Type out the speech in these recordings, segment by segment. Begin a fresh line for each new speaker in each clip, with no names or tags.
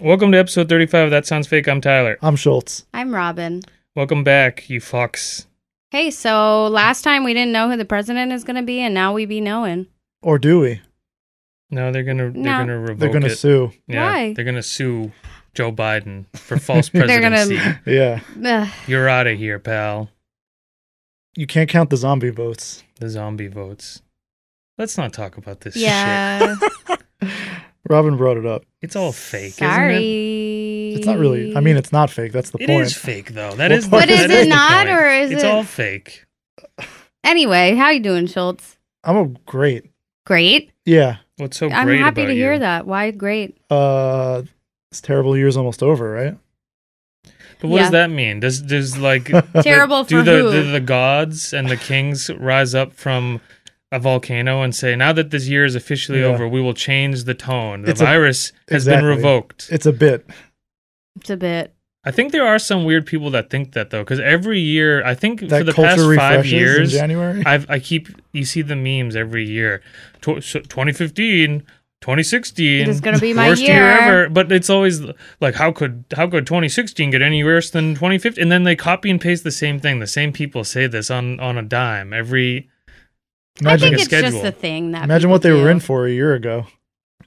Welcome to episode 35 of That Sounds Fake. I'm Tyler.
I'm Schultz.
I'm Robin.
Welcome back, you fucks.
Hey, so last time we didn't know who the president is going to be, and now we be knowing.
Or do we?
No, they're gonna they're
No.
gonna revoke
They're going to
it.
sue.
Why?
They're gonna sue Joe Biden for false
They're gonna-
presidency.
Yeah.
Ugh.
You're out of here, pal.
You can't count the zombie votes.
The zombie votes. Let's not talk about this shit.
Yeah.
Robin brought it up.
It's all Oh, fake. Isn't
Sorry.
It's not really, I mean, it's not fake. That's the
it? It
point.
is fake though. That
What
is. the-
part
But
that
is
is
it?
the
it not,
point.
or is
it's
it?
all fake?
Anyway, how you doing, Schultz?
I'm a great.
Great.
Yeah.
What's so
I'm
great
happy
about
to hear
you?
that. Why great?
Uh, this terrible year's almost over, right?
But what
Yeah.
does that mean? Does does like
Terrible
do
for
the
who?
do the gods and the kings rise up from a volcano and say, now that this year is officially
Yeah.
over, we will change the tone. The
It's a-
virus has
exactly.
been revoked.
It's a bit.
It's a bit.
I think there are some weird people that think that though, because every year, I think for
That
the past
culture
five
refreshes
years,
in January.
I've, I keep you see the memes every year. Tw- so 2015, 2016.
It is gonna be my
worst
year.
ever. But it's always like how could how could 2016 get any worse than 2015? And then they copy and paste the same thing. The same people say this on on a dime every.
I
Imagine,
think
a
it's
schedule.
just a thing that.
imagine
people
what they
do.
were in for a year ago.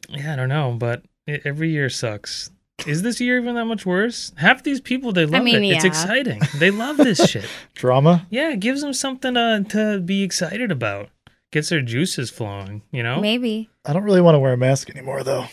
Yeah, I don't know, but it, every year sucks. Is this year even that much worse? Half these people they love
mean,
it. It's
yeah.
exciting. They love this shit.
Drama.
Yeah, it gives them something uh, to be excited about. Gets their juices flowing. You know.
Maybe.
I don't really want to wear a mask anymore, though.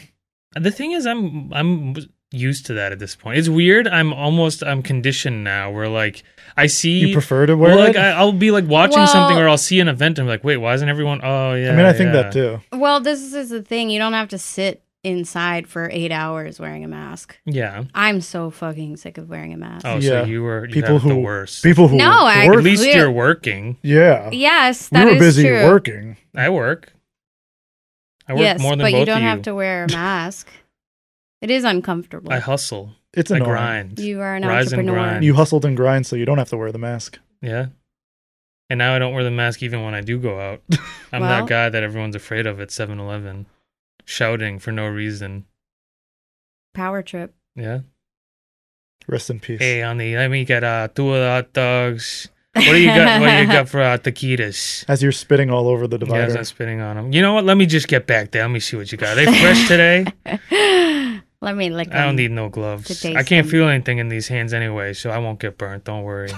The thing is, I'm I'm used to that at this point. It's weird. I'm almost I'm conditioned now. Where like I see
You prefer to wear
well, like
it?
I,
I,
I'll be like watching something
Well-
or I'll see an event and I'm like, wait, why isn't everyone? Oh yeah.
mean, I think that
yeah.
too.
Well, this is the thing. You don't have to sit inside for eight hours wearing a mask.
Yeah.
I'm so fucking sick of wearing a mask.
Oh,
Yeah.
so you were you
People
people who the
who-
worst.
People who
No, I-
work.
At least
Yeah.
you're working.
yeah.
Yes,
We
that is
were busy
true.
working.
I work. I work
yes,
more than
but
both
you don't
of you.
have to wear a mask. it is uncomfortable.
I hustle.
It's
I
annoying.
grind.
you are an
Rise and
entrepreneur.
grind.
You hustled and grind so you don't have to wear the mask.
Yeah. And now I don't wear the mask even when I do go out. I'm
Well-
that guy that everyone's afraid of at 7 Eleven, shouting for no reason.
Power trip.
Yeah.
Rest in peace.
Hey, honey, let me get uh, two of the hot dogs. What do you got? what do you got for uh, taquitas?
As you're spitting all over the
Yeah,
divider.
I'm spitting on them. You know what? Let me just get back there. Let me see what you got. Are they fresh today?
Let me lick.
I don't
them.
need no gloves.
To
I
taste
can't
them.
feel anything in these hands anyway, so I won't get burnt. Don't worry.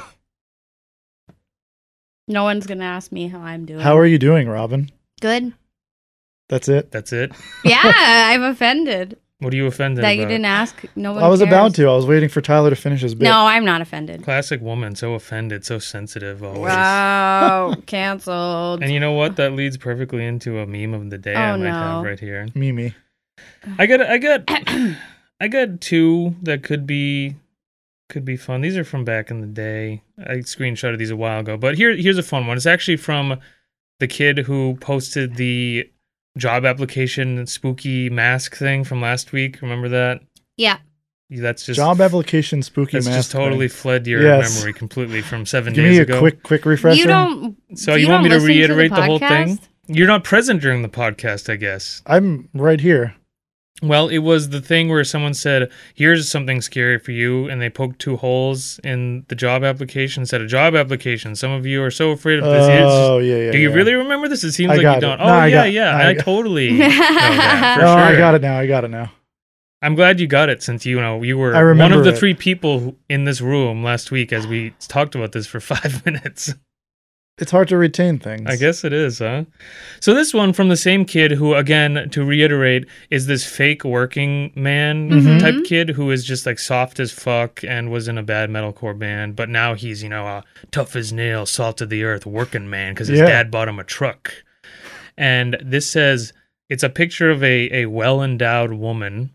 No one's gonna ask me how I'm doing.
How are you doing, Robin?
Good.
That's it.
That's it.
Yeah, I'm offended
What are you offended
that
about?
you didn't ask. No one.
I was
cares.
about to. I was waiting for Tyler to finish his bit.
No, I'm not offended.
Classic woman, so offended, so sensitive always.
Wow, canceled.
And you know what? That leads perfectly into a meme of the day I
Oh,
might
no.
have right here.
Mimi.
I got I got I got two that could be could be fun. These are from back in the day. I screenshotted these a while ago, but here here's a fun one. It's actually from the kid who posted the job application spooky mask thing from last week. Remember that?
Yeah.
That's just
Job application spooky
that's
mask.
just totally fled your
Yes.
memory completely from seven
thing. Give
days
me a
ago.
quick quick refresher.
You don't.
so
you
you, want
don't
me to
listen to the
reiterate the whole thing?
podcast?
You're not present during the podcast, I guess.
I'm right here.
Well, it was the thing where someone said, "Here's something scary for you," and they poked two holes in the job application. Said a job application. Some of you are so afraid of this. It's just-
Oh yeah, yeah.
do you
yeah.
really remember this? It seems
I
like
got
you
it.
don't.
No,
oh
I
yeah,
got-
yeah.
no,
I,
I got-
totally. know that,
No,
for
Oh, I
sure.
got it now. I got it now.
I'm glad you got it since you know you were
I
one
remember
of the
it.
three people who- in this room last week as we talked about this for five minutes.
It's hard to retain things.
I guess it is, huh? So this one from the same kid who, again, to reiterate, is this fake working man
Mhm.
type kid who is just like soft as fuck and was in a bad metalcore band, but now he's you know a tough as nail, salt of the earth working man because his
Yeah.
dad bought him a truck. And this says it's a picture of a a well endowed woman,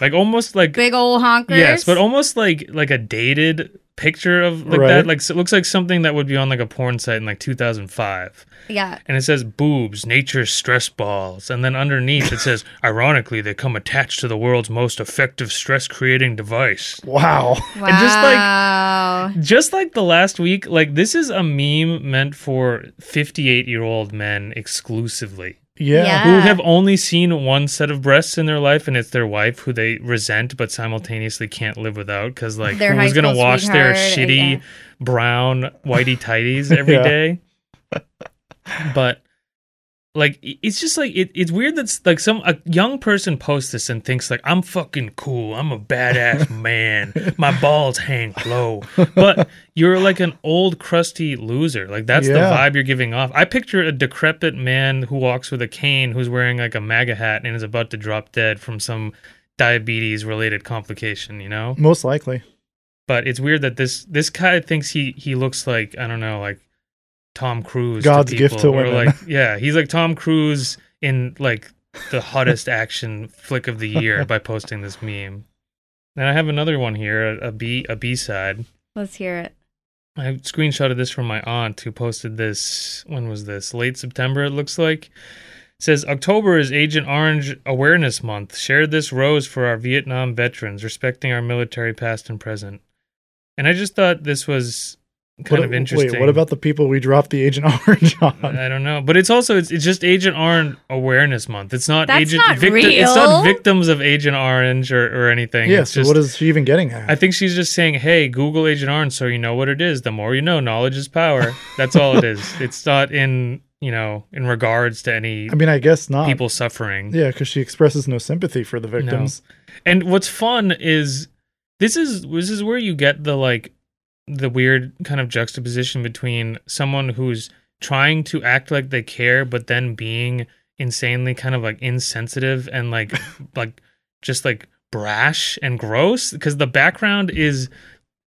like almost like
Big old honkers.
yes, but almost like like a dated picture of like
Right.
that. Like so it looks like something that would be on like a porn site in like 2005.
Yeah.
And it says boobs, nature's stress balls, and then underneath it says, ironically, they come attached to the world's most effective stress creating device.
Wow.
Wow.
just, like- Just like the last week, like this is a meme meant for 58 year old men exclusively.
Yeah.
Yeah.
who have only seen one set of breasts in their life and it's their wife who they resent but simultaneously can't live without because like
Their
who's
high
gonna
school
wash their
sweetheart,
shitty
yeah.
brown whitey tighties every
Yeah.
day? but like i- it's just like it, it's weird that s- like some a young person posts this and thinks like i'm fucking cool i'm a badass man my balls hang low but you're like an old crusty loser like that's the
Yeah.
vibe you're giving off i picture a decrepit man who walks with a cane who's wearing like a maga hat and is about to drop dead from some diabetes related complication you know
Most likely.
but it's weird that this this guy thinks he he looks like I don't know like Tom Cruise.
God's
people,
gift to
or
women.
Like, yeah, he's like Tom Cruise in like the hottest action flick of the year by posting this meme. And I have another one here, a, a B a B side.
Let's hear it.
I screenshotted this from my aunt who posted this. When was this? Late September, it looks like. It says October is Agent Orange Awareness Month. Share this rose for our Vietnam veterans, respecting our military past and present. And I just thought this was kind
What-
of interesting.
Wait, what about the people we dropped the Agent Orange on?
I don't know, but it's also it's, it's just Agent Orange Awareness Month. It's not
That's
Agent
not
victi- It's
real.
not victims of Agent Orange or, or anything.
yeah.
It's
So
just,
what is she even getting at?
I think she's just saying, "Hey, Google Agent Orange, so you know what it is. The more you know, knowledge is power." That's all it is. It's not in you know in regards to any
I mean, I guess not.
people suffering.
Yeah, because she expresses no sympathy for the victims.
And what's fun is this is this is where you get the like the weird kind of juxtaposition between someone who's trying to act like they care but then being insanely kind of like insensitive and like like just like brash and gross because the background is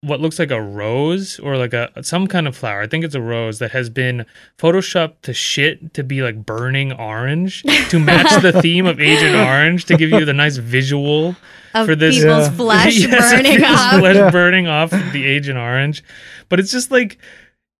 what looks like a rose or like a some kind of flower. I think it's a rose that has been photoshopped to shit to be like burning orange to match the theme of Agent Orange to give you the nice visual
Of
For this- uh,
people's
Yeah.
flesh
Yes, of
burning
people's
up.
flesh
Yeah.
burning off the Agent Orange. But it's just like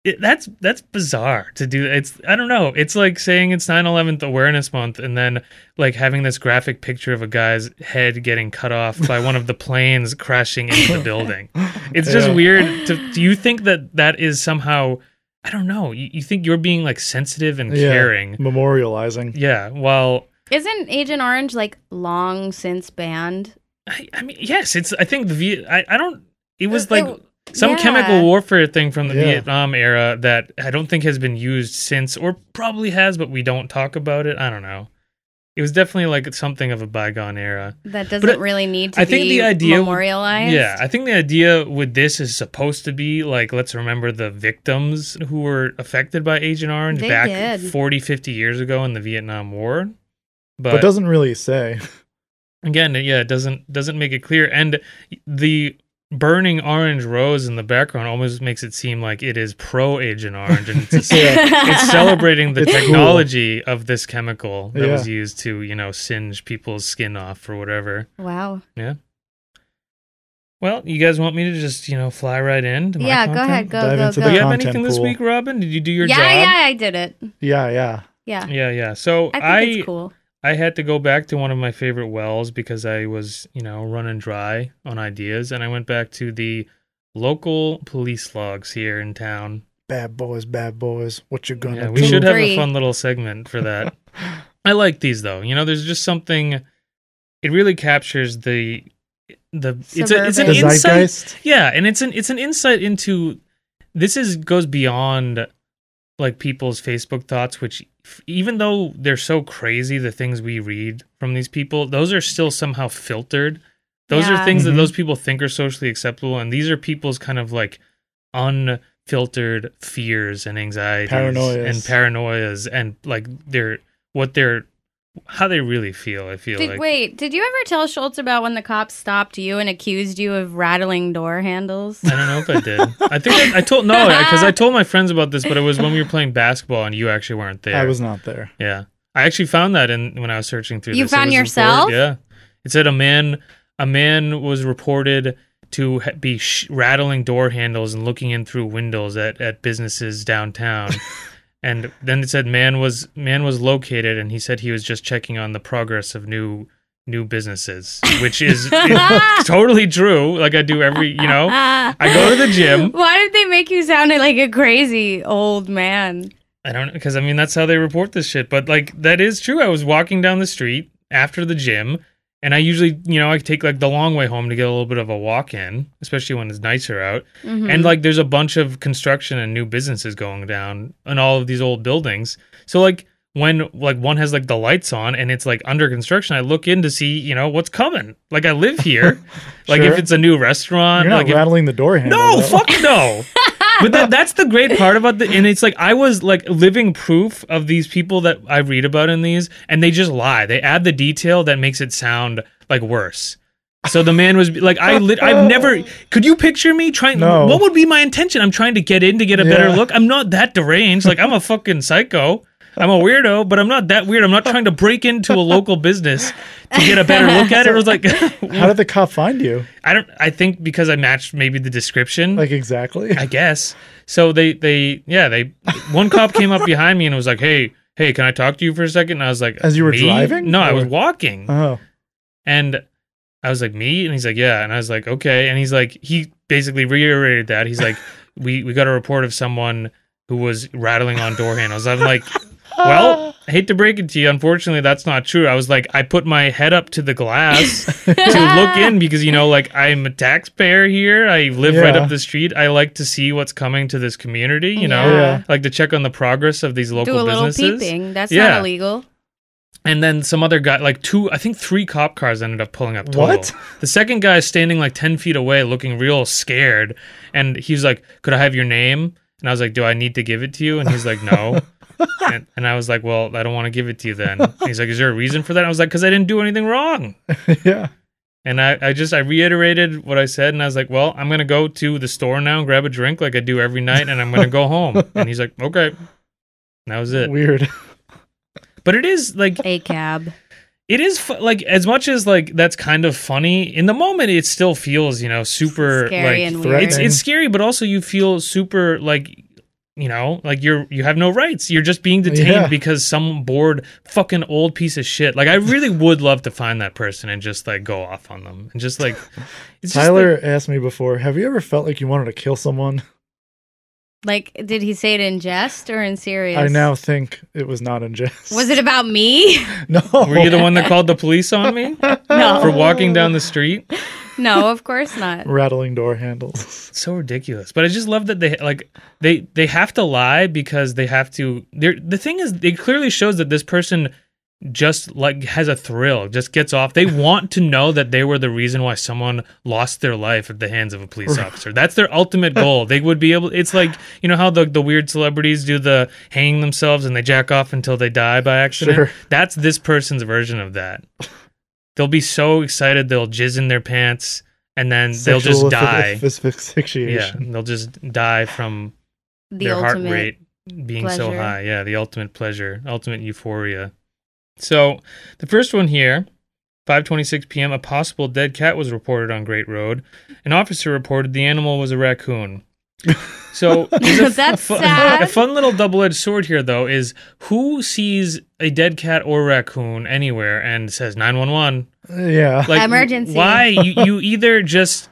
it, that's that's bizarre to do. It's I don't know. It's like saying it's 9/11th awareness month and then like having this graphic picture of a guy's head getting cut off by one of the planes crashing into the building. It's just
Yeah.
weird. To, do you think that that is somehow? I don't know. You, you think you're being like sensitive and
Yeah.
caring?
Memorializing.
Yeah. Well,
Isn't Agent Orange like long since banned?
I, I mean, yes. It's. I think the V. I, I don't. It was like
It-
some
yeah.
chemical warfare thing from the
Yeah.
Vietnam era that I don't think has been used since, or probably has, but we don't talk about it. I don't know. It was definitely like something of a bygone era.
that doesn't
it-
really need to
I think
be
the idea-
memorialized.
Yeah, I think the idea with this is supposed to be like, let's remember the victims who were affected by Agent Orange
They
back
did.
forty, fifty 40, 50 years ago in the Vietnam War. But,
But doesn't really say.
again yeah it doesn't doesn't make it clear and the burning orange rose in the background almost makes it seem like it is pro agent orange and it's, it's celebrating the
It's cool.
technology of this chemical that
Yeah.
was used to you know singe people's skin off or whatever
Wow.
well you guys want me to just you know fly right in to my
Yeah, go
content?
ahead. Go,
Dive
go,
into
go.
do you
the
have
Content
anything this
pool.
week robin did you do your
yeah,
job
yeah, I did it.
Yeah, yeah.
Yeah.
yeah yeah so
I think
i
it's cool.
I had to go back to one of my favorite wells because I was, you know, running dry on ideas. And I went back to the local police logs here in town.
Bad boys, bad boys. What you gonna
Yeah,
do?
we should have a
Three.
fun little segment for that. I like these though. You know, there's just something. It really captures the the it's a, it's an
the
Suburban.
insight.
zeitgeist.
Yeah, and it's an it's an insight into this is goes beyond like people's Facebook thoughts, which f- even though they're so crazy, the things we read from these people, those are still somehow filtered. Those are
Yeah.
things
Mhm.
that those people think are socially acceptable, and these are people's kind of like unfiltered fears and anxieties
Paranoias.
and paranoias and like their what they're how they really feel. I feel
Did,
like
wait, did you ever tell Schultz about when the cops stopped you and accused you of rattling door handles?
I don't know if I did. I think I, I told no because I told my friends about this, but it was when we were playing basketball and you actually weren't there.
I was not there.
Yeah, I actually found that in when I was searching through.
You
this. It
found
was
yourself?
reported- yeah, it said a man. A man was reported to ha- be sh- rattling door handles and looking in through windows at, at businesses downtown. and then it said man was man was located and he said he was just checking on the progress of new new businesses, which is totally true. Like I do every, you know,
Ah.
I go to the gym.
Why did they make you sound like a crazy old man?
I don't know because I mean that's how they report this shit. But like that is true. I was walking down the street after the gym, and I usually you know I take like the long way home to get a little bit of a walk in, especially when it's nicer out.
Mhm.
And like there's a bunch of construction and new businesses going down in all of these old buildings. So like when like one has like the lights on and it's like under construction, I look in to see you know what's coming. Like I live here. Like
Sure.
if it's a new restaurant,
You're not
like if
rattling the door handle.
no,
though.
fuck no. but that, that's the great part about the, and it's like I was like living proof of these people that I read about in these, and they just lie. They add the detail that makes it sound like worse. So the man was like, I lit, I've never. Could you picture me trying?
No.
What would be my intention? I'm trying to get in to get a better
Yeah.
look. I'm not that deranged. Like I'm a fucking psycho. I'm a weirdo, but I'm not that weird. I'm not trying to break into a local business to get a better look at it. It was like,
How did the cop find you?
I don't. I think because I matched maybe the description.
Like exactly.
I guess. So they they yeah they one cop came up behind me and was like, "Hey, hey, can I talk to you for a second? And I was like,
As you were
"Me?"
driving,
No, I was
or-
walking,
Oh,
and I was like, "Me?" And he's like, "Yeah." And I was like, "Okay." And he's like, he basically reiterated that. He's like, "We we got a report of someone who was rattling on door handles." I'm like. Well, I hate to break it to you. Unfortunately, that's not true. I was like, I put my head up to the glass to look in because you know like i'm a taxpayer here i live right
Yeah.
up the street i like to see what's coming to this community you know
Yeah.
Yeah.
I like to check on the progress of these
Do
local
a little
businesses
peeping. That's
Yeah.
not illegal.
and then some other guy like two i think three cop cars ended up pulling up total.
What?
the second guy is standing like 10 feet away looking real scared and he's like could i have your name and i was like do i need to give it to you and he's like no and, and i was like well i don't want to give it to you then And he's like is there a reason for that And i was like because i didn't do anything wrong
yeah.
and I, I just I reiterated what I said and I was like, Well, I'm gonna go to the store now and grab a drink like I do every night and I'm gonna go home. And he's like, Okay. And that was it.
Weird.
But it is like
A cab.
it is fu- like as much as like that's kind of funny, in the moment it still feels, you know, super
Scary
like
and weird.
threatening.
it's it's scary, but also you feel super like you know, like you're you have no rights. You're just being detained
Yeah.
because some bored fucking old piece of shit. Like I really would love to find that person and just like go off on them and just like it's just, like-
Tyler asked me before, have you ever felt like you wanted to kill someone?
Like, did he say it in jest or in serious?
I now think it was not in jest.
Was it about me?
No.
Were you the one that called the police on me
No.
for walking down the street?
no, of course not.
rattling door handles?
It's so ridiculous. But I just love that they like they they have to lie because they have to. They're, the thing is, it clearly shows that this person just like has a thrill, just gets off. They want to know that they were the reason why someone lost their life at the hands of a police officer. That's their ultimate goal. They would be able. It's like you know how the the weird celebrities do the hanging themselves and they jack off until they die by accident.
Sure.
That's this person's version of that. They'll be so excited they'll jizz in their pants and then they'll just
Sexual
die.
asphy-
Yeah,
Asphyxiation.
they'll just die from
The
their heart
ultimate.
rate being so
pleasure.
high. Yeah, the ultimate pleasure, ultimate euphoria. So, the first one here, 5:26 p.m., a possible dead cat was reported on Great Road. An officer reported the animal was a raccoon. So, there's a,
That's
fu-
sad.
a fun little double-edged sword here though is who sees a dead cat or raccoon anywhere and says 911?
Uh, Yeah.
like
Emergency.
Why you, you either just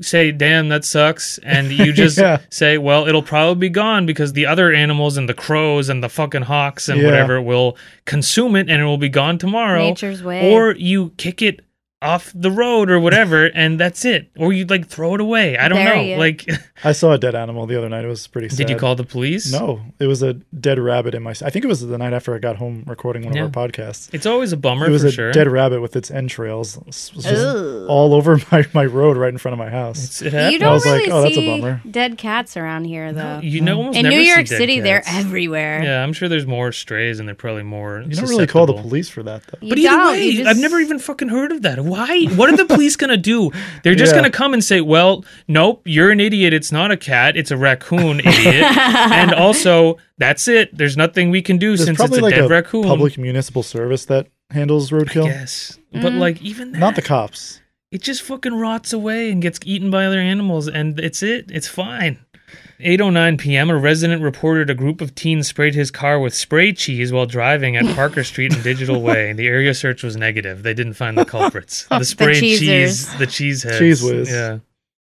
say, "Damn, that sucks," and you just
Yeah.
say, "Well, it'll probably be gone because the other animals and the crows and the fucking hawks and
Yeah.
whatever will consume it and it will be gone tomorrow."
Nature's way.
Or you kick it off the road or whatever, and that's it. Or you like throw it away. I don't
Bury
know.
it.
Like,
I saw a dead animal the other night. It was pretty sad.
did you call the police?
No, it was a dead rabbit in my. I think it was the night after I got home recording one
Yeah.
of our podcasts.
It's always a bummer
It was
for
a
sure.
dead rabbit with its entrails s- was just
Ooh.
all over my, my road right in front of my house.
It's- it happens.
I
You don't
was "Hmm." like,
really
"Oh, that's a
see
bummer."
dead cats around here, though.
You know, almost
in
never
New
see
York
dead
City,
cats.
they're everywhere.
Yeah, I'm sure there's more strays and they're probably more.
You don't really call the
susceptible.
police for that though.
You
But either
don't,
way,
you
I've
just-
never even fucking heard of that. Why? What are the police gonna do? They're just
Yeah.
gonna come and say, "Well, nope, you're an idiot. It's not a cat. It's a raccoon, idiot." and also, that's it. There's nothing we can do
There's
since it's
probably
a
like
dead
a
raccoon.
public municipal service that handles roadkill.
Mm.
yes, but like even that,
Not the cops.
it just fucking rots away and gets eaten by other animals, and it's it. It's fine. 8:09 p.m. A resident reported a group of teens sprayed his car with spray cheese while driving at Parker Street and Digital Way. The area search was negative. They didn't find the culprits. The spray cheese,
cheesers.
the cheese heads.
Cheese whiz.
Yeah.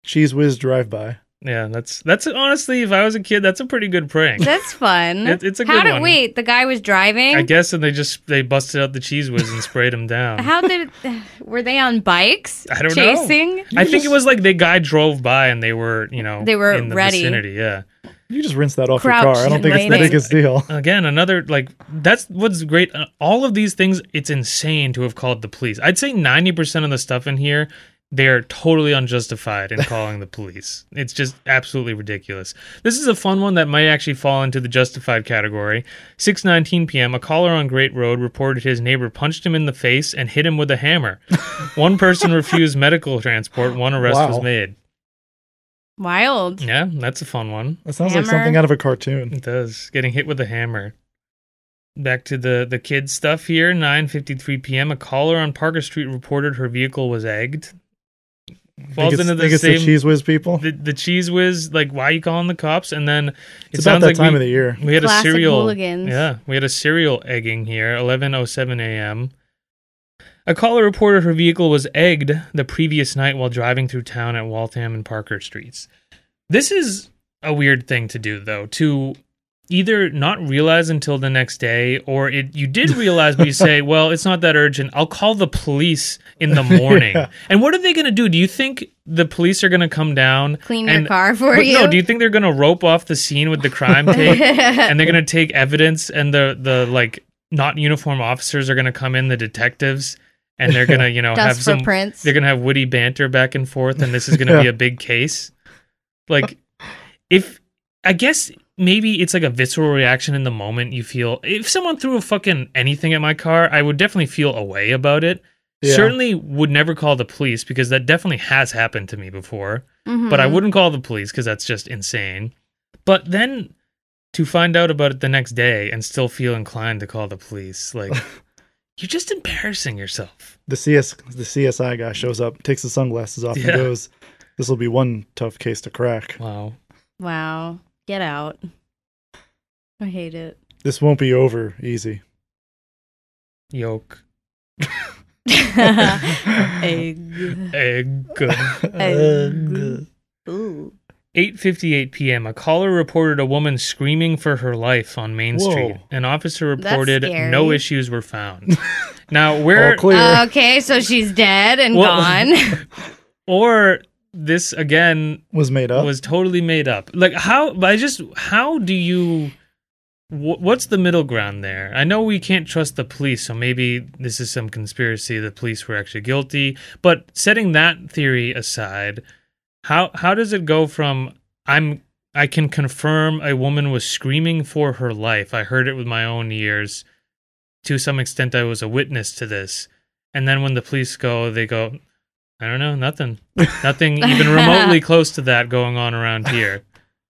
Cheese whiz drive by.
Yeah, that's that's honestly if I was a kid, that's a pretty good prank.
That's fun.
It- it's a
How
good
did,
one.
Wait, the guy was driving.
I guess and they just they busted out the cheese whiz and sprayed him down.
How did? Were they on bikes?
I don't know.
chasing?
I think it was like the guy drove by and they were, you know,
They were
in the
ready.
vicinity. Yeah.
You just rinse that off your
Crouched
car. I don't think it's the
waiting.
biggest deal.
Again, another like that's what's great. Uh, All of these things, it's insane to have called the police. I'd say ninety percent of the stuff in here, they're totally unjustified in calling the police. It's just absolutely ridiculous. This is a fun one that might actually fall into the justified category. 6:19 p.m. A caller on Great Road reported his neighbor punched him in the face and hit him with a hammer. one person refused medical transport. One arrest was
Wow.
made.
Wild.
Yeah, that's a fun one.
That sounds like
Hammer.
something out of a cartoon.
It does. Getting hit with a hammer. Back to the the kids stuff here. 9:53 p.m. A caller on Parker Street reported her vehicle was egged.
Think
Falls
it's,
into
think
the
it's
same.
the cheese whiz people.
the, the cheese whiz. Like, why are you calling the cops? And then it
It's about
sounds
that
like
time
we,
of the year.
we had
Classic
a serial.
hooligans.
Yeah, we had a serial egging here. 11:07 a.m. A caller reported her vehicle was egged the previous night while driving through town at Waltham and Parker Streets. This is a weird thing to do, though, to either not realize until the next day, or it you did realize, but you say, "Well, it's not that urgent. I'll call the police in the morning."
Yeah.
And what are they going to do? Do you think the police are going to come down,
Clean
and,
your car for
But
you.
No, do you think they're gonna rope off the scene with the crime tape, and they're gonna take evidence, and the the like not uniform officers are gonna come in, the detectives, and they're gonna you know
Dust
have
for
some
prints.
they're gonna have witty banter back and forth, and this is gonna be
Yeah.
a big case. Like, if I guess maybe it's like a visceral reaction in the moment you feel. If someone threw a fucking anything at my car, I would definitely feel away about it.
Yeah.
Certainly would never call the police because that definitely has happened to me before
Mhm.
but I wouldn't call the police because that's just insane. But then to find out about it the next day and still feel inclined to call the police, like you're just embarrassing yourself.
The CS the CSI guy shows up, takes his sunglasses off,
Yeah.
and goes, "This will be one tough case to crack.
Wow.
Wow. Get out. I hate it.
This won't be over easy."
Yolk.
Egg.
Egg.
Egg. Ooh.
8:58 p.m. A caller reported a woman screaming for her life on Main
Whoa.
Street. An officer
That's
reported
scary.
no issues were found. now, where
All clear.
uh,
Okay, so she's dead and
Well-
gone.
or this again
was made up.
was totally made up. Like how? but I just how do you? Wh- what's the middle ground there? I know we can't trust the police, so maybe this is some conspiracy. The police were actually guilty. But setting that theory aside, how how does it go from I'm I can confirm a woman was screaming for her life. I heard it with my own ears. To some extent, I was a witness to this. And then when the police go, they go, I don't know, nothing. Nothing even remotely close to that going on around here.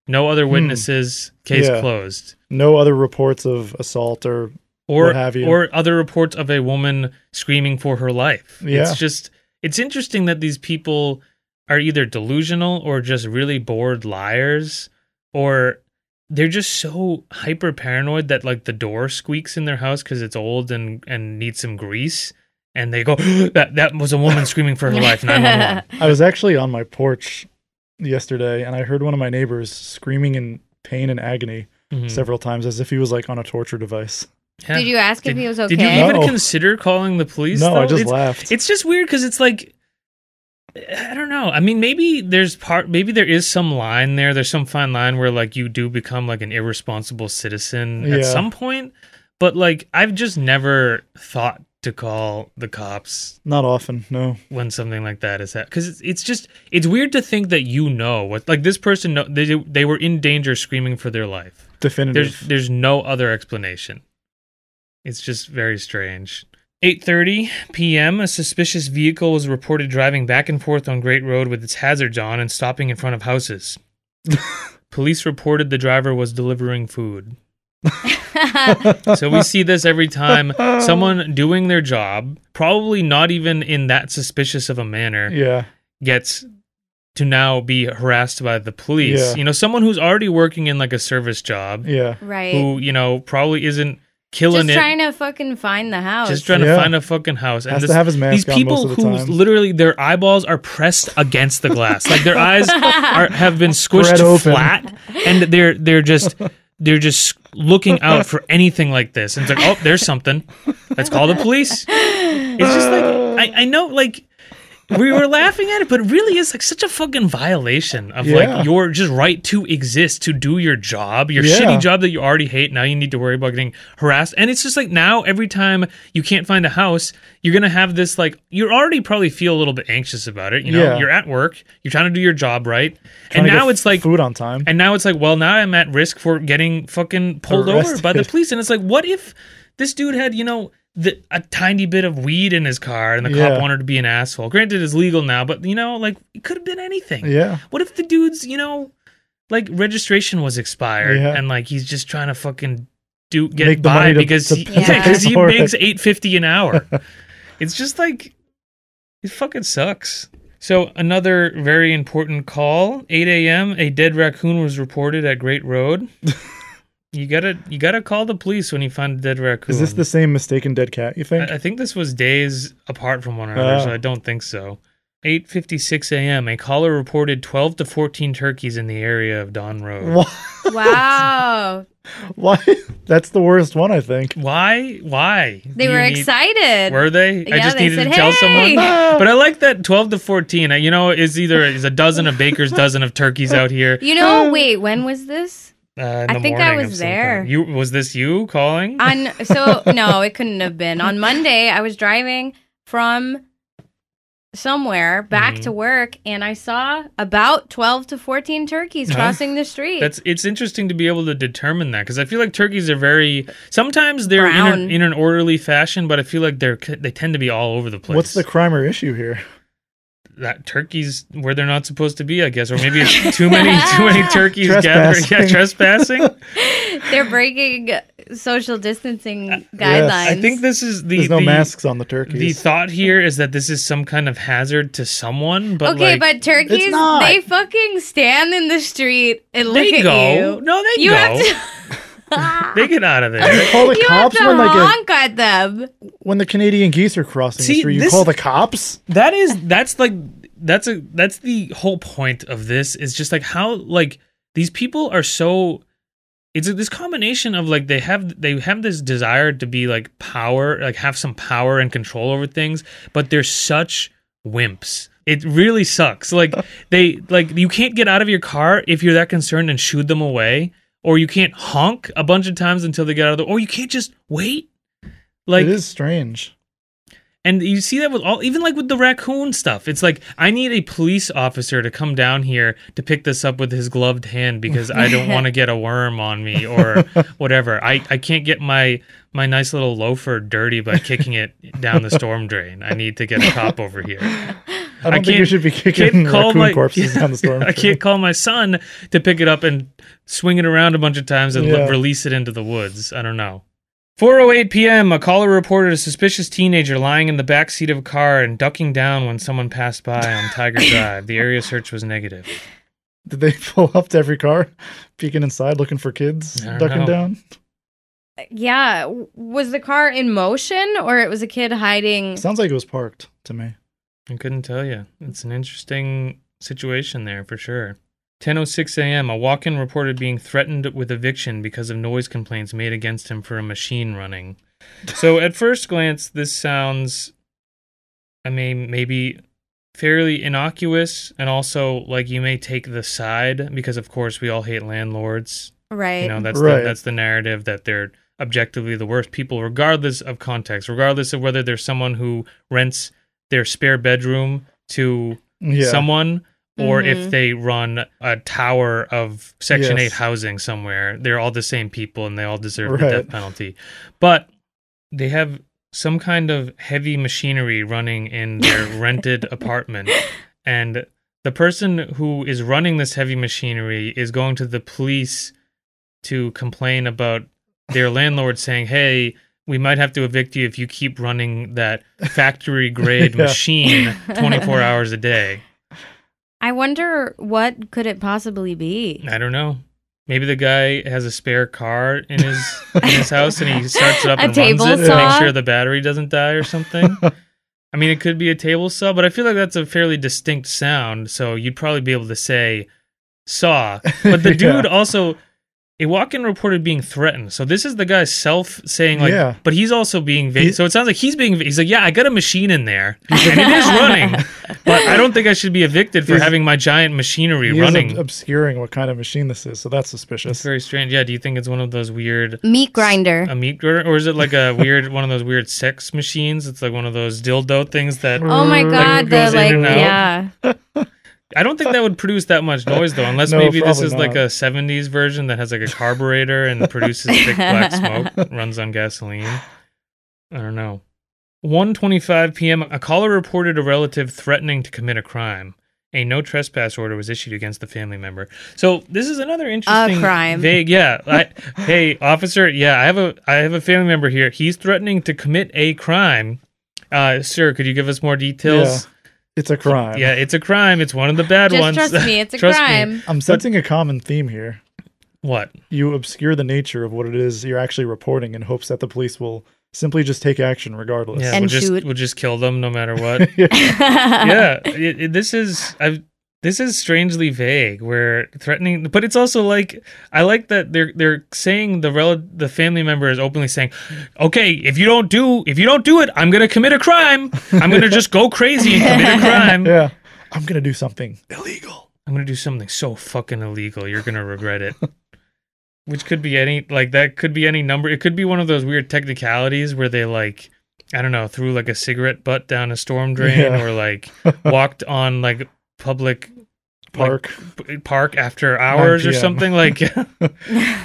No other
Hmm.
witnesses, case
Yeah.
closed.
no other reports of assault or
Or
What have you.
or other reports of a woman screaming for her life.
Yeah.
It's just it's interesting that these people are either delusional or just really bored liars or they're just so hyper paranoid that like the door squeaks in their house cuz it's old and and needs some grease and they go that that was a woman screaming for her life 911.
I was actually on my porch yesterday and I heard one of my neighbors screaming in pain and agony
Mhm.
several times as if he was like on a torture device.
Yeah.
Did you ask if
Did-
he was okay?
Did you even
No.
consider calling the police?
no, I
though?
just
it's,
laughed.
it's just weird because it's like I don't know. I mean, maybe there's part. Maybe there is some line there. There's some fine line where like you do become like an irresponsible citizen
Yeah.
at some point. But like I've just never thought to call the cops
Not often, no.
when something like that is happening because it's, it's just it's weird to think that you know what like this person know, they they were in danger screaming for their life
Definitive.
there's there's no other explanation. It's just very strange. 8:30 p.m. a suspicious vehicle was reported driving back and forth on Great Road with its hazards on and stopping in front of houses. Police reported the driver was delivering food. So we see this every time someone doing their job, probably not even in that suspicious of a manner,
yeah.
gets to now be harassed by the police.
Yeah.
You know, someone who's already working in like a service job,
Yeah.
right.
who you know probably isn't killing
Just
it,
trying to fucking find the house.
just trying to
Yeah.
find a fucking house.
Has
this-
to have his mask
these
on
people
most of the
who
time.
literally their eyeballs are pressed against the glass, like their eyes are, have been squished
Spread open.
flat, and they're they're just they're just looking out for anything like this. And it's like, oh, there's something. Let's call the police. It's just like I, I know, like we were laughing at it, but it really is like such a fucking violation of
Yeah.
like your just right to exist, to do your job, your
Yeah.
shitty job that you already hate. Now you need to worry about getting harassed. And it's just like now every time you can't find a house, you're gonna have this like you already probably feel a little bit anxious about it. You know,
Yeah.
you're at work, you're trying to do your job right.
Trying
and
to get
now it's like
food on time.
and now it's like, well, now I'm at risk for getting fucking pulled over by the
Arrested.
police. And it's like, what if this dude had, you know, the, a tiny bit of weed in his car and the
Yeah.
cop wanted to be an asshole? Granted, it's legal now, but, you know, like, it could have been anything.
yeah.
What if the dude's, you know, like registration was expired
Yeah.
and, like, he's just trying to fucking do get
Make the
by
money to-
because
to
he,
pay
yeah, 'cause he
for it.
makes eight fifty an hour. it's just like it fucking sucks. So another very important call, eight a.m. A dead raccoon was reported at Great Road. you gotta you gotta call the police when you find a dead raccoon.
Is this the same mistaken dead cat? You think?
I, I think this was days apart from one another, so
Oh.
I don't think so. 8:56 a.m. A caller reported 12 to 14 turkeys in the area of Don Road.
Why?
wow.
Why? That's the worst one, I think.
Why? Why?
They
do
were
you need-
excited.
Were they? I
Yeah,
just
they
needed to
said,
tell someone.
"Hey!"
But I like that 12 to 14. uh, You know, is either is a dozen of baker's dozen of turkeys out here.
you know, wait, when was this?
Uh, in the
I think I
morning of
was
some kind.
there.
You was this you calling?
On so no, it couldn't have been. On Monday, I was driving from somewhere back
Mhm.
to work and I saw about 12 to 14 turkeys
Huh?
crossing the street.
That's it's interesting to be able to determine that because I feel like turkeys are very sometimes they're in an,
Brown.
in an orderly fashion, but I feel like they're c- they tend to be all over the place.
What's the crime or issue here?
that turkeys where they're not supposed to be, I guess, or maybe it's too many too many turkeys gathering, yeah,
Trespassing.
trespassing.
They're breaking social distancing guidelines.
Uh, I think this is the
There's no
the-
masks on the
The
turkeys.
thought here is that this is some kind of hazard to someone, but
okay,
like,
but turkeys,
not.
they fucking stand in the street and look
they
at
go.
you.
No, they
You
go.
have to.
they get out of there.
You call the
you have
cops
to
when like a,
honk at them.
when the Canadian geese are crossing
See,
the street. You
this-
call the cops?
that is that's like that's a that's the whole point of this is just like how like these people are so it's this combination of like they have they have this desire to be like power like have some power and control over things but they're such wimps it really sucks like they like you can't get out of your car if you're that concerned and shoo them away or you can't honk a bunch of times until they get out of the or you can't just wait like
it is strange.
and you see that with all, even like with the raccoon stuff. It's like, I need a police officer to come down here to pick this up with his gloved hand because I don't want to get a worm on me or whatever. I, I can't get my, my nice little loafer dirty by kicking it down the storm drain. I need to get a cop over here.
I don't think you
can't-
should be kicking
can't call
raccoon
my-
corpses down the storm.
I can't call my son to pick it up and swing it around a bunch of times and le-
Yeah.
release it into the woods. I don't know. 4:08 p.m. A caller reported a suspicious teenager lying in the back seat of a car and ducking down when someone passed by on Tiger Drive. The area search was negative.
Did they pull up to every car, peeking inside, looking for kids,
I don't
ducking
know.
down?
Yeah, w- was the car in motion or it was a kid hiding?
Sounds like it was parked to me.
I couldn't tell you. It's an interesting situation there for sure. 10:06 a.m. A walk-in reported being threatened with eviction because of noise complaints made against him for a machine running. So at first glance, this sounds, I mean, maybe fairly innocuous, and also like you may take the side because, of course, we all hate landlords.
Right.
You know, that's the,
Right.
that's the narrative that they're objectively the worst people, regardless of context, regardless of whether there's someone who rents their spare bedroom to
Yeah.
someone or if
Mhm.
they run a tower of section
Yes.
8 housing somewhere they're all the same people and they all deserve the
Right.
death penalty but they have some kind of heavy machinery running in their rented apartment and the person who is running this heavy machinery is going to the police to complain about their landlord saying, "Hey, we might have to evict you if you keep running that factory grade
Yeah.
machine 24 hours a day."
I wonder what could it possibly be.
I don't know. Maybe the guy has a spare car in his in his house and he starts it up
A
and
table
runs it to
saw?
make sure the battery doesn't die or something. I mean, it could be a table saw, but I feel like that's a fairly distinct sound, so you'd probably be able to say saw. But the
Yeah.
dude also a walk-in reported being threatened. So this is the guy self saying like,
Yeah.
but he's also being. Va-
He-
so it sounds like he's being. He's like, yeah, I got a machine in there, and it is running, but I don't think I should be evicted for
He's-
having my giant machinery
He is
running.
ob- obscuring what kind of machine this is, so that's
It's
suspicious.
very strange. Yeah, do you think it's one of those weird
Meat grinder.
a meat grinder, or is it like a weird one of those weird sex machines? It's like one of those dildo things that
Right.
oh my
Like,
god,
goes
the
in
like
and out.
yeah.
I don't think that would produce that much noise though, unless
No,
maybe this
probably
is like
not.
a '70s version that has like a carburetor and produces thick black smoke, runs on gasoline. I don't know. 1:25 p.m. A caller reported a relative threatening to commit a crime. A no trespass order was issued against the family member. So this is another interesting
crime.
Vague, yeah. I, hey, officer. Yeah, I have a I have a family member here. He's threatening to commit a crime. Uh, sir, could you give us more details?
It's a crime.
Yeah, it's a crime. It's one of the bad
Just
ones.
trust me, it's a
Trust me.
crime.
I'm sensing a common theme here.
What?
You obscure the nature of what it is you're actually reporting in hopes that the police will simply just take action regardless.
Yeah,
And
we'll just
shoot.
we'll just kill them no matter what. yeah, it, it- this is I've this is strangely vague. Where threatening, but it's also like I like that they're they're saying the rel- the family member is openly saying, "Okay, if you don't do if you don't do it, I'm gonna commit a crime. I'm gonna just go crazy and commit a crime.
Yeah. I'm going to do something illegal.
I'm gonna do something so fucking illegal. You're gonna regret it." Which could be any like that could be any number. It could be one of those weird technicalities where they like I don't know threw like a cigarette butt down a storm drain
Yeah.
or like walked on like public like,
Park.
p- park after hours or
9
something like it-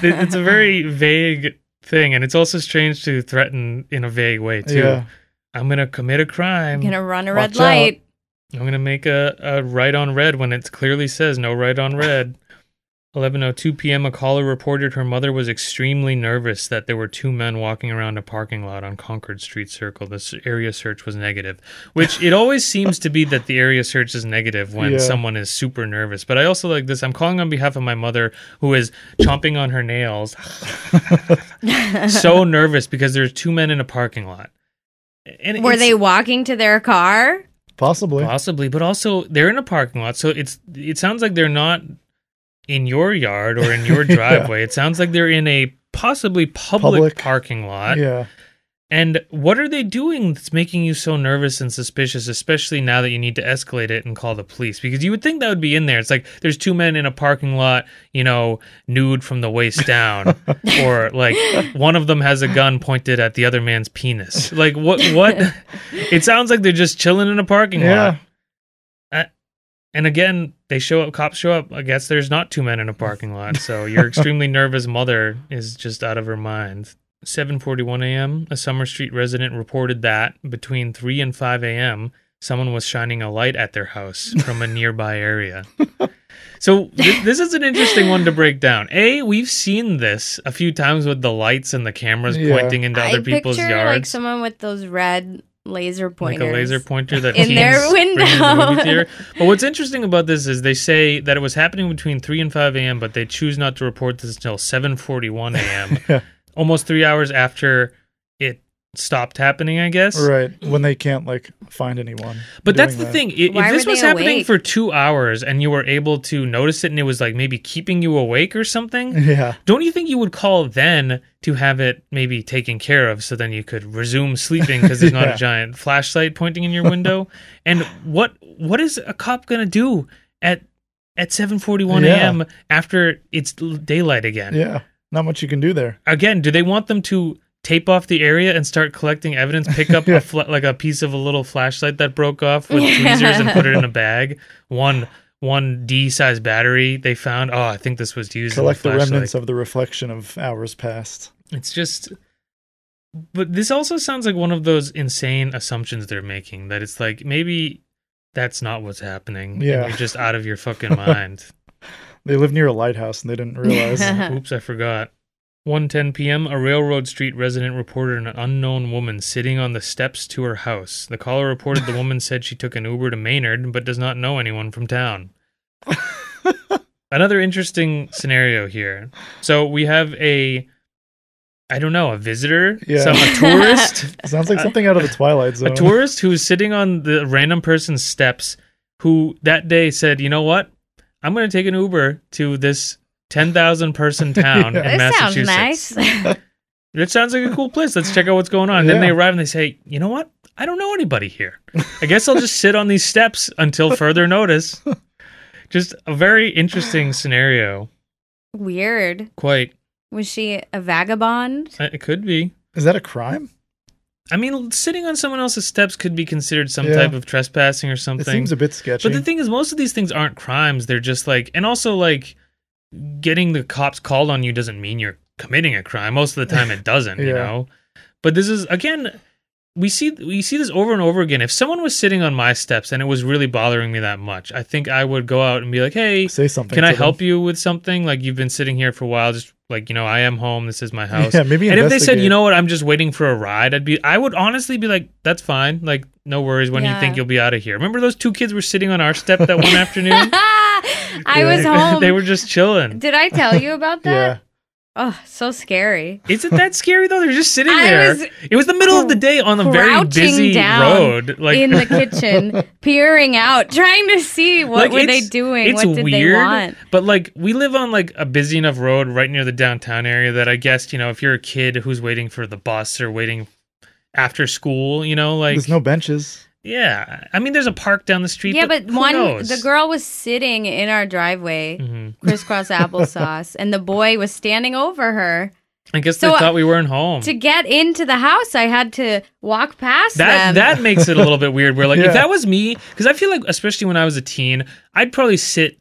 it's a very vague thing and it's also strange to threaten in a vague way too
yeah.
i'm gonna commit a crime
I'm gonna run a red
Watch out.
light.
i'm gonna make a, a right on red when it clearly says no right on red 11.02 p.m a caller reported her mother was extremely nervous that there were two men walking around a parking lot on concord street circle this area search was negative which it always seems to be that the area search is negative when
Yeah.
someone is super nervous but i also like this i'm calling on behalf of my mother who is chomping on her nails so nervous because there's two men in a parking lot and
Were
it's-
they walking to their car?
Possibly.
possibly but also they're in a parking lot so it's it sounds like they're not in your yard or in your
Yeah.
driveway it sounds like they're in a possibly public,
Public.
parking lot
yeah.
and what are they doing that's making you so nervous and suspicious especially now that you need to escalate it and call the police because you would think that would be in there it's like there's two men in a parking lot you know nude from the waist down or like one of them has a gun pointed at the other man's penis like what what it sounds like they're just chilling in a parking lot
Yeah.
and again, they show up, cops show up. I guess there's not two men in a parking lot. So your extremely nervous mother is just out of her mind. 7:41 a.m., a Summer Street resident reported that between 3 and 5 a.m., someone was shining a light at their house from a nearby area. So th- this is an interesting one to break down. A, we've seen this a few times with the lights and the cameras
Yeah.
pointing into other
I
people's
picture
yards.
like someone with those red laser pointers.
Like a laser pointer that
in their
teens bring into the
window.
movie theater. But what's interesting about this is they say that it was happening between three and five a.m., but they choose not to report this until seven forty-one a.m.,
Yeah.
almost three hours after it stopped happening. I guess.
Right. When they can't like find anyone.
But that's the
doing that.
thing. If,
Why
if
were
this was
they
happening
awake?
for two hours and you were able to notice it, and it was like maybe keeping you awake or something,
Yeah.
don't you think you would call then to have it maybe taken care of so then you could resume sleeping because there's not
Yeah.
a giant flashlight pointing in your window and what what is a cop going to do at at 7:41
Yeah.
a.m. after it's l- daylight again
Yeah. Not much you can do there.
again do they want them to tape off the area and start collecting evidence pick up
Yeah.
a fla- like a piece of a little flashlight that broke off with
Yeah.
tweezers and put it in a bag one one D size battery they found. Oh, I think this was used. in
Collect the
flashlight.
remnants of the reflection of hours past.
It's just but this also sounds like one of those insane assumptions they're making that it's like maybe that's not what's happening. and
Yeah.
You're just out of your fucking mind.
They live near a lighthouse and they didn't realize.
Oops, I forgot. 1:10 p.m., a Railroad Street resident reported an unknown woman sitting on the steps to her house. The caller reported the woman said she took an Uber to Maynard but does not know anyone from town. Another interesting scenario here. So we have a I don't know, a visitor,
Yeah.
some a tourist,
Sounds like something out of the Twilight Zone.
a tourist who's sitting on the random person's steps who that day said, you know what? I'm going to take an Uber to this 10,000 person town
Yeah.
in
This sounds
Massachusetts.
nice.
It sounds like a cool place. Let's check out what's going on. And Then
Yeah.
they arrive and they say, you know what? I don't know anybody here. I guess I'll just sit on these steps until further notice. Just a very interesting scenario.
Weird.
Quite.
Was she a vagabond?
Uh, It could be.
Is that a crime?
I mean, sitting on someone else's steps could be considered some
Yeah.
type of trespassing or
It
something.
seems a bit sketchy.
But the thing is, most of these things aren't crimes. They're just like, and also like, getting the cops called on you doesn't mean you're committing a crime. Most of the time, it doesn't. You
Yeah.
know. But this is again, we see we see this over and over again. If someone was sitting on my steps and it was really bothering me that much, I think I would go out and be like, hey.
Say something.
Can
to
I
them.
help you with something? Like you've been sitting here for a while, just like you know, I am home. This is my house.
Yeah, maybe.
and if they said, you
investigate.
know what, I'm just waiting for a ride, I'd be, I would honestly be like, that's fine. Like, no worries. When you
Yeah.
think you'll be out of here? Remember those two kids were sitting on our step that one afternoon.
I was home.
they were just chilling.
Did I tell you about
yeah,
that? Oh, so scary.
Is it that scary though? They're just sitting
I
there.
was
it was the middle of the day on a very
crouching
busy
down
road. Like
in the kitchen, peering out, trying to see what
Like,
were they
it's-
doing,
it's
what did
weird,
they want.
but like we live on like a busy enough road right near the downtown area that I guess you know if you're a kid who's waiting for the bus or waiting after school, you know, like
there's no benches.
yeah. I mean, there's a park down the street.
Yeah, but
who
one
knows?
the girl was sitting in our driveway,
Mhm.
crisscross applesauce, and the boy was standing over her.
I guess
So,
they
uh,
thought we weren't home.
To get into the house, I had to walk past
That
them.
that makes it a little bit weird. Where like if
Yeah.
that was me, because I feel like especially when I was a teen, I'd probably sit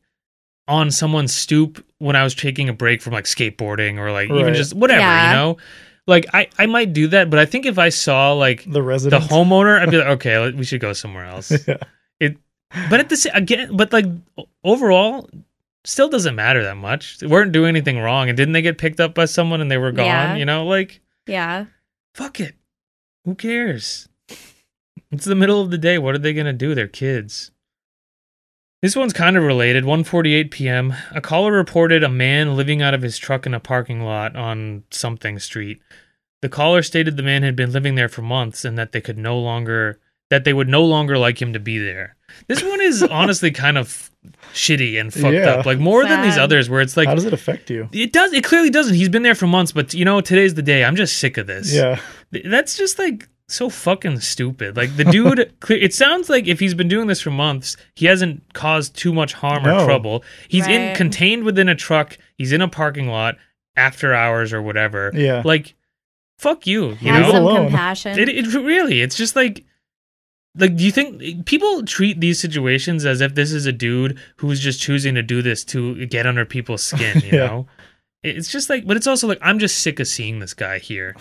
on someone's stoop when I was taking a break from like skateboarding or like even
Right.
just whatever,
Yeah.
you know. Like I I might do that, but I think if I saw like
The
the
residents.
homeowner, I'd be like, okay, let- we should go somewhere else.
Yeah.
But at the sa- again, but like o- overall, still doesn't matter that much. They weren't doing anything wrong, and didn't they get picked up by someone and they were gone?
Yeah.
You know, like
yeah.
fuck it. Who cares? It's the middle of the day. What are they going to do? They're kids. This one's kind of related. 1:48 p.m. A caller reported a man living out of his truck in a parking lot on something street. The caller stated the man had been living there for months and that they could no longer that they would no longer like him to be there. This one is honestly kind of shitty and fucked
Yeah.
up. Like more than these
Sad.
others where it's like
How does it affect you?
it does it clearly doesn't. He's been there for months, but you know, today's the day. I'm just sick of this.
Yeah,
Th- That's just like so fucking stupid. Like the dude, cle- it sounds like if he's been doing this for months, he hasn't caused too much harm or
No.
trouble. He's in
Right.
contained within a truck. He's in a parking lot after hours or whatever.
yeah.
Like, fuck you. You
Have
Leave it
know,
some
alone.
compassion.
it, it really. It's just like. Like, do you think people treat these situations as if this is a dude who's just choosing to do this to get under people's skin? You
Yeah.
know, It- it's just like, but it's also like I'm just sick of seeing this guy here,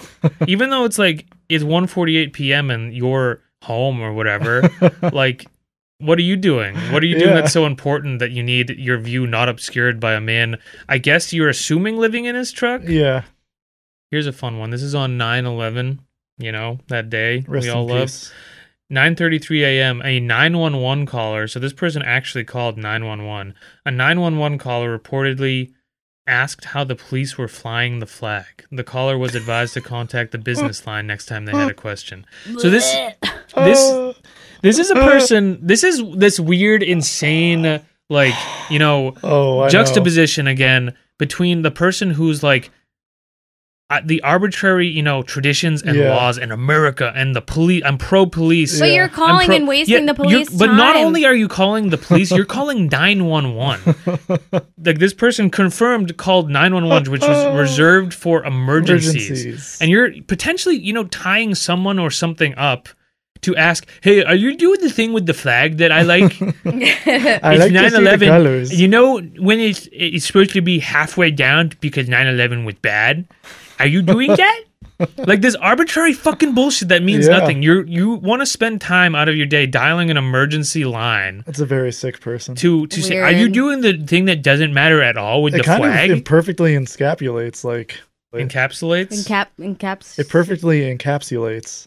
even though it's like it's 1:48 p.m. and you're home or whatever. like, what are you doing? What are you doing
Yeah.
that's so important that you need your view not obscured by a man? I guess you're assuming living in his truck.
yeah.
Here's a fun one. This is on 9/11. You know that day
Rest
we all
in
love.
peace.
9:33 a.m. a 911 caller. So this person actually called 911. A 911 caller reportedly asked how the police were flying the flag. The caller was advised to contact the business line next time they had a question. So this This-
Uh,
this is a person. This is this weird, insane, like you know,
oh, I know.
juxtaposition again between the person who's like uh, the arbitrary, you know, traditions and
Yeah.
laws in America and the police. I'm pro police.
but
Yeah.
you're
I'm
I'm
calling
pro-
and wasting
Yeah,
the police
you're- But not
time.
only are you calling the police, you're calling 911. like this person confirmed called 911, which was reserved for emergencies.
Emergencies.
And you're potentially, you know, tying someone or something up to ask, hey, are you doing the thing with the flag that I like?
I
it's
like to see the
9/11.
colours.
You know when it's it's supposed to be halfway down because 9/11 was bad. Are you doing that? like this arbitrary fucking bullshit that means
Yeah.
nothing. You you want to spend time out of your day dialing an emergency line
That's a very sick person.
to to say, are you
Weird.
doing the thing that doesn't matter at all with
it
the
kind
flag?
of imperfectly encapsulates like
encapsulates.
Encap encaps.
It perfectly encapsulates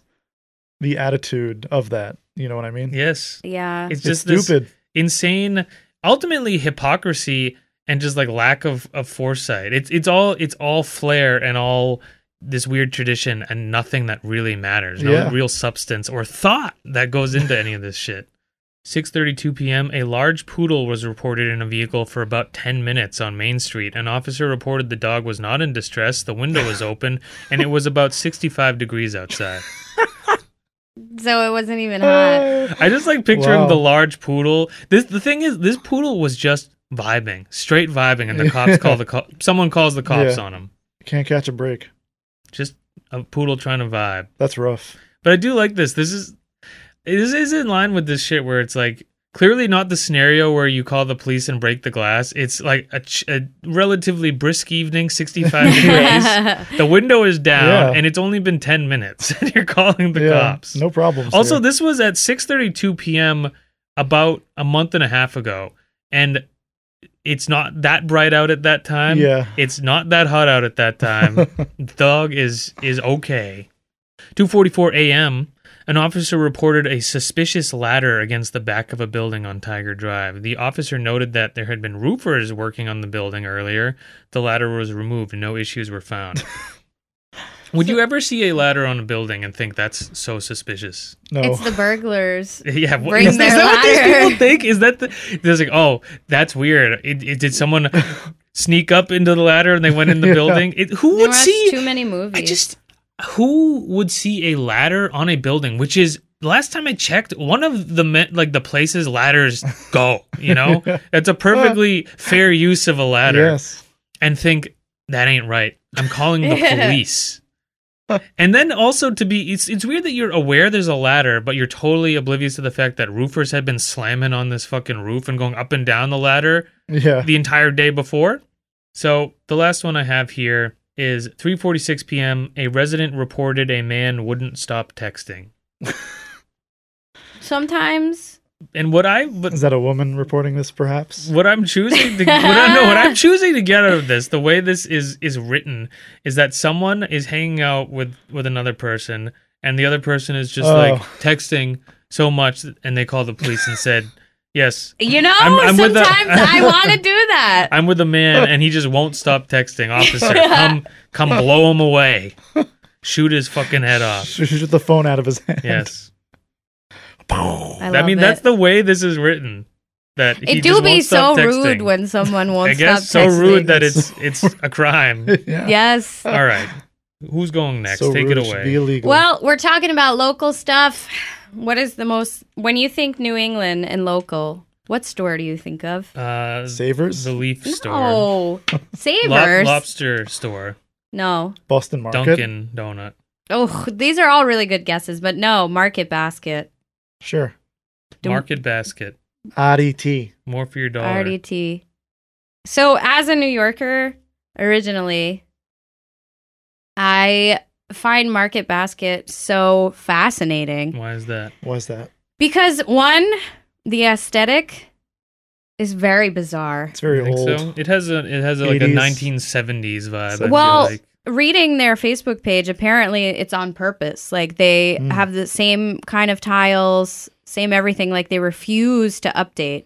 the attitude of that. You know what I mean?
yes,
Yeah.
it's
It's,
just this
stupid.
insane, ultimately hypocrisy and just like lack of of foresight. It's it's all it's all flair and all this weird tradition and nothing that really matters. No
Yeah.
real substance or thought that goes into any of this shit. 6:32 p.m. a large poodle was reported in a vehicle for about 10 minutes on Main Street. An officer reported the dog was not in distress, the window was open, and it was about 65 degrees outside.
so it wasn't even hot.
Ah,
I just like picturing
Wow.
the large poodle. This the thing is, this poodle was just vibing, straight vibing, and the cops call the co- someone calls the cops
Yeah.
on him.
Can't catch a break.
Just a poodle trying to vibe.
That's rough.
But I do like this. This is this is in line with this shit where it's like clearly not the scenario where you call the police and break the glass. It's like a, ch- a relatively brisk evening, sixty five degrees. The window is down,
Yeah.
and it's only been ten minutes, and you're calling the
yeah,
cops.
No problems.
Also,
here.
this was at 6:32 p.m. about a month and a half ago, and it's not that bright out at that time.
yeah.
It's not that hot out at that time. Dog is is okay. 2:44 a.m. An officer reported a suspicious ladder against the back of a building on Tiger Drive. The officer noted that there had been roofers working on the building earlier. The ladder was removed and no issues were found. Would you ever see a ladder on a building and think that's so suspicious?
no.
It's the burglars.
Yeah, what,
Bring
is,
their
is that what
ladder.
these people think? Is that the, they're like, oh, that's weird. It, it, did someone sneak up into the ladder and they went in the
Yeah.
building? It, who
There
would
was
see?
too many movies.
I just who would see a ladder on a building? Which is last time I checked, one of the me- like the places ladders go. You know, it's a perfectly fair use of a ladder
Yes.
and think that ain't right. I'm calling the
Yeah.
police. and then also to be it's it's weird that you're aware there's a ladder, but you're totally oblivious to the fact that roofers had been slamming on this fucking roof and going up and down the ladder
Yeah.
the entire day before. So the last one I have here is 3:46 p.m. A resident reported a man wouldn't stop texting.
Sometimes
And what I but
Is that a woman reporting this? Perhaps.
what I'm choosing to what I, no, what I'm choosing to get out of this, the way this is is written, is that someone is hanging out with with another person, and the other person is just like
Oh.
texting so much, and they call the police and said, "Yes,
you know.
I'm- I'm with
sometimes
the-
I want to do that.
I'm with a man, and he just won't stop texting. Officer, come come blow him away, shoot his fucking head off."
Shoot shoot the phone out of his hand.
Yes,
I,
I,
love
mean
it.
that's the way this is written. That he
It
just
do
won't
be so
stop texting.
rude when someone won't
I guess
stop
so
texting.
rude that it's it's a crime.
yeah.
yes.
All right. Who's going next?
So
Take
rude,
it
should
away.
Be illegal.
Well, we're talking about local stuff. What is the most when you think New England and local? What store do you think of?
uh,
Savers.
the leaf store.
No,
Lo-
Savers.
lobster store.
no.
Boston Market.
Dunkin' Donut.
Oh, these are all really good guesses, but no. Market Basket,
Sure.
Don't-
Market basket.
RDT.
More for your dollar.
RDT. So, as a New Yorker originally, I find Market Basket so fascinating.
Why is that?
Was that?
Because one, the aesthetic is very bizarre.
It's very
You think
old.
so? It has a it has a, like a
80s.
1970s vibe. I feel
Well,
like.
Reading their Facebook page, apparently it's on purpose. Like they
Mm.
have the same kind of tiles, same everything. Like they refuse to update.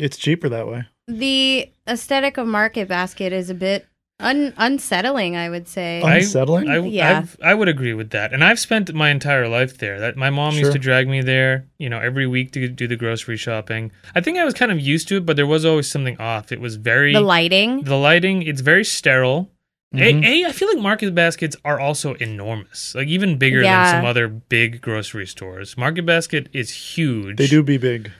It's cheaper that way.
The aesthetic of Market Basket is a bit un- unsettling, I would say.
I-
Unsettling.
I,
yeah.
I've- I would agree with that. And I've spent my entire life there. That my mom used
Sure.
to drag me there, you know, every week to do the grocery shopping. I think I was kind of used to it, but there was always something off. It was very
the lighting.
the lighting it's very sterile
Mhm.
a, a i feel like market baskets are also enormous like even bigger
Yeah.
than some other big grocery stores market basket is huge
they do be big.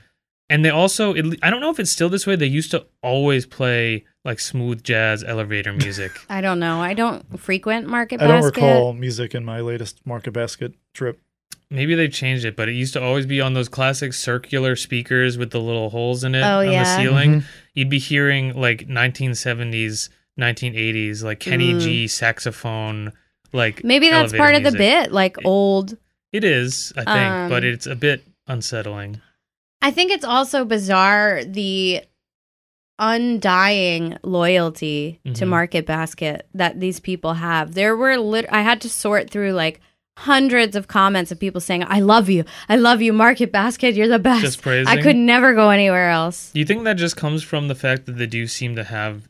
and they also it, i don't know if it's still this way they used to always play like smooth jazz elevator music
I don't know. I don't frequent Market
I don't
Basket.
recall music in my latest Market Basket trip.
maybe they changed it but it used to always be on those classic circular speakers with the little holes in it
Oh,
on
yeah.
the ceiling
Mm-hmm.
you'd be hearing like 1970s 1980s like kenny
Mm.
g saxophone like
Maybe that's
elevator
part of the
music.
bit, like old
It is, I think, but
Um,
it's a bit unsettling.
I think it's also bizarre the undying loyalty to
Mhm.
Market Basket that these people have. There were lit- I had to sort through like hundreds of comments of people saying, "I love you. I love you, Market Basket. You're the best."
Just praising.
I could never go anywhere else.
Do you think that just comes from the fact that they do seem to have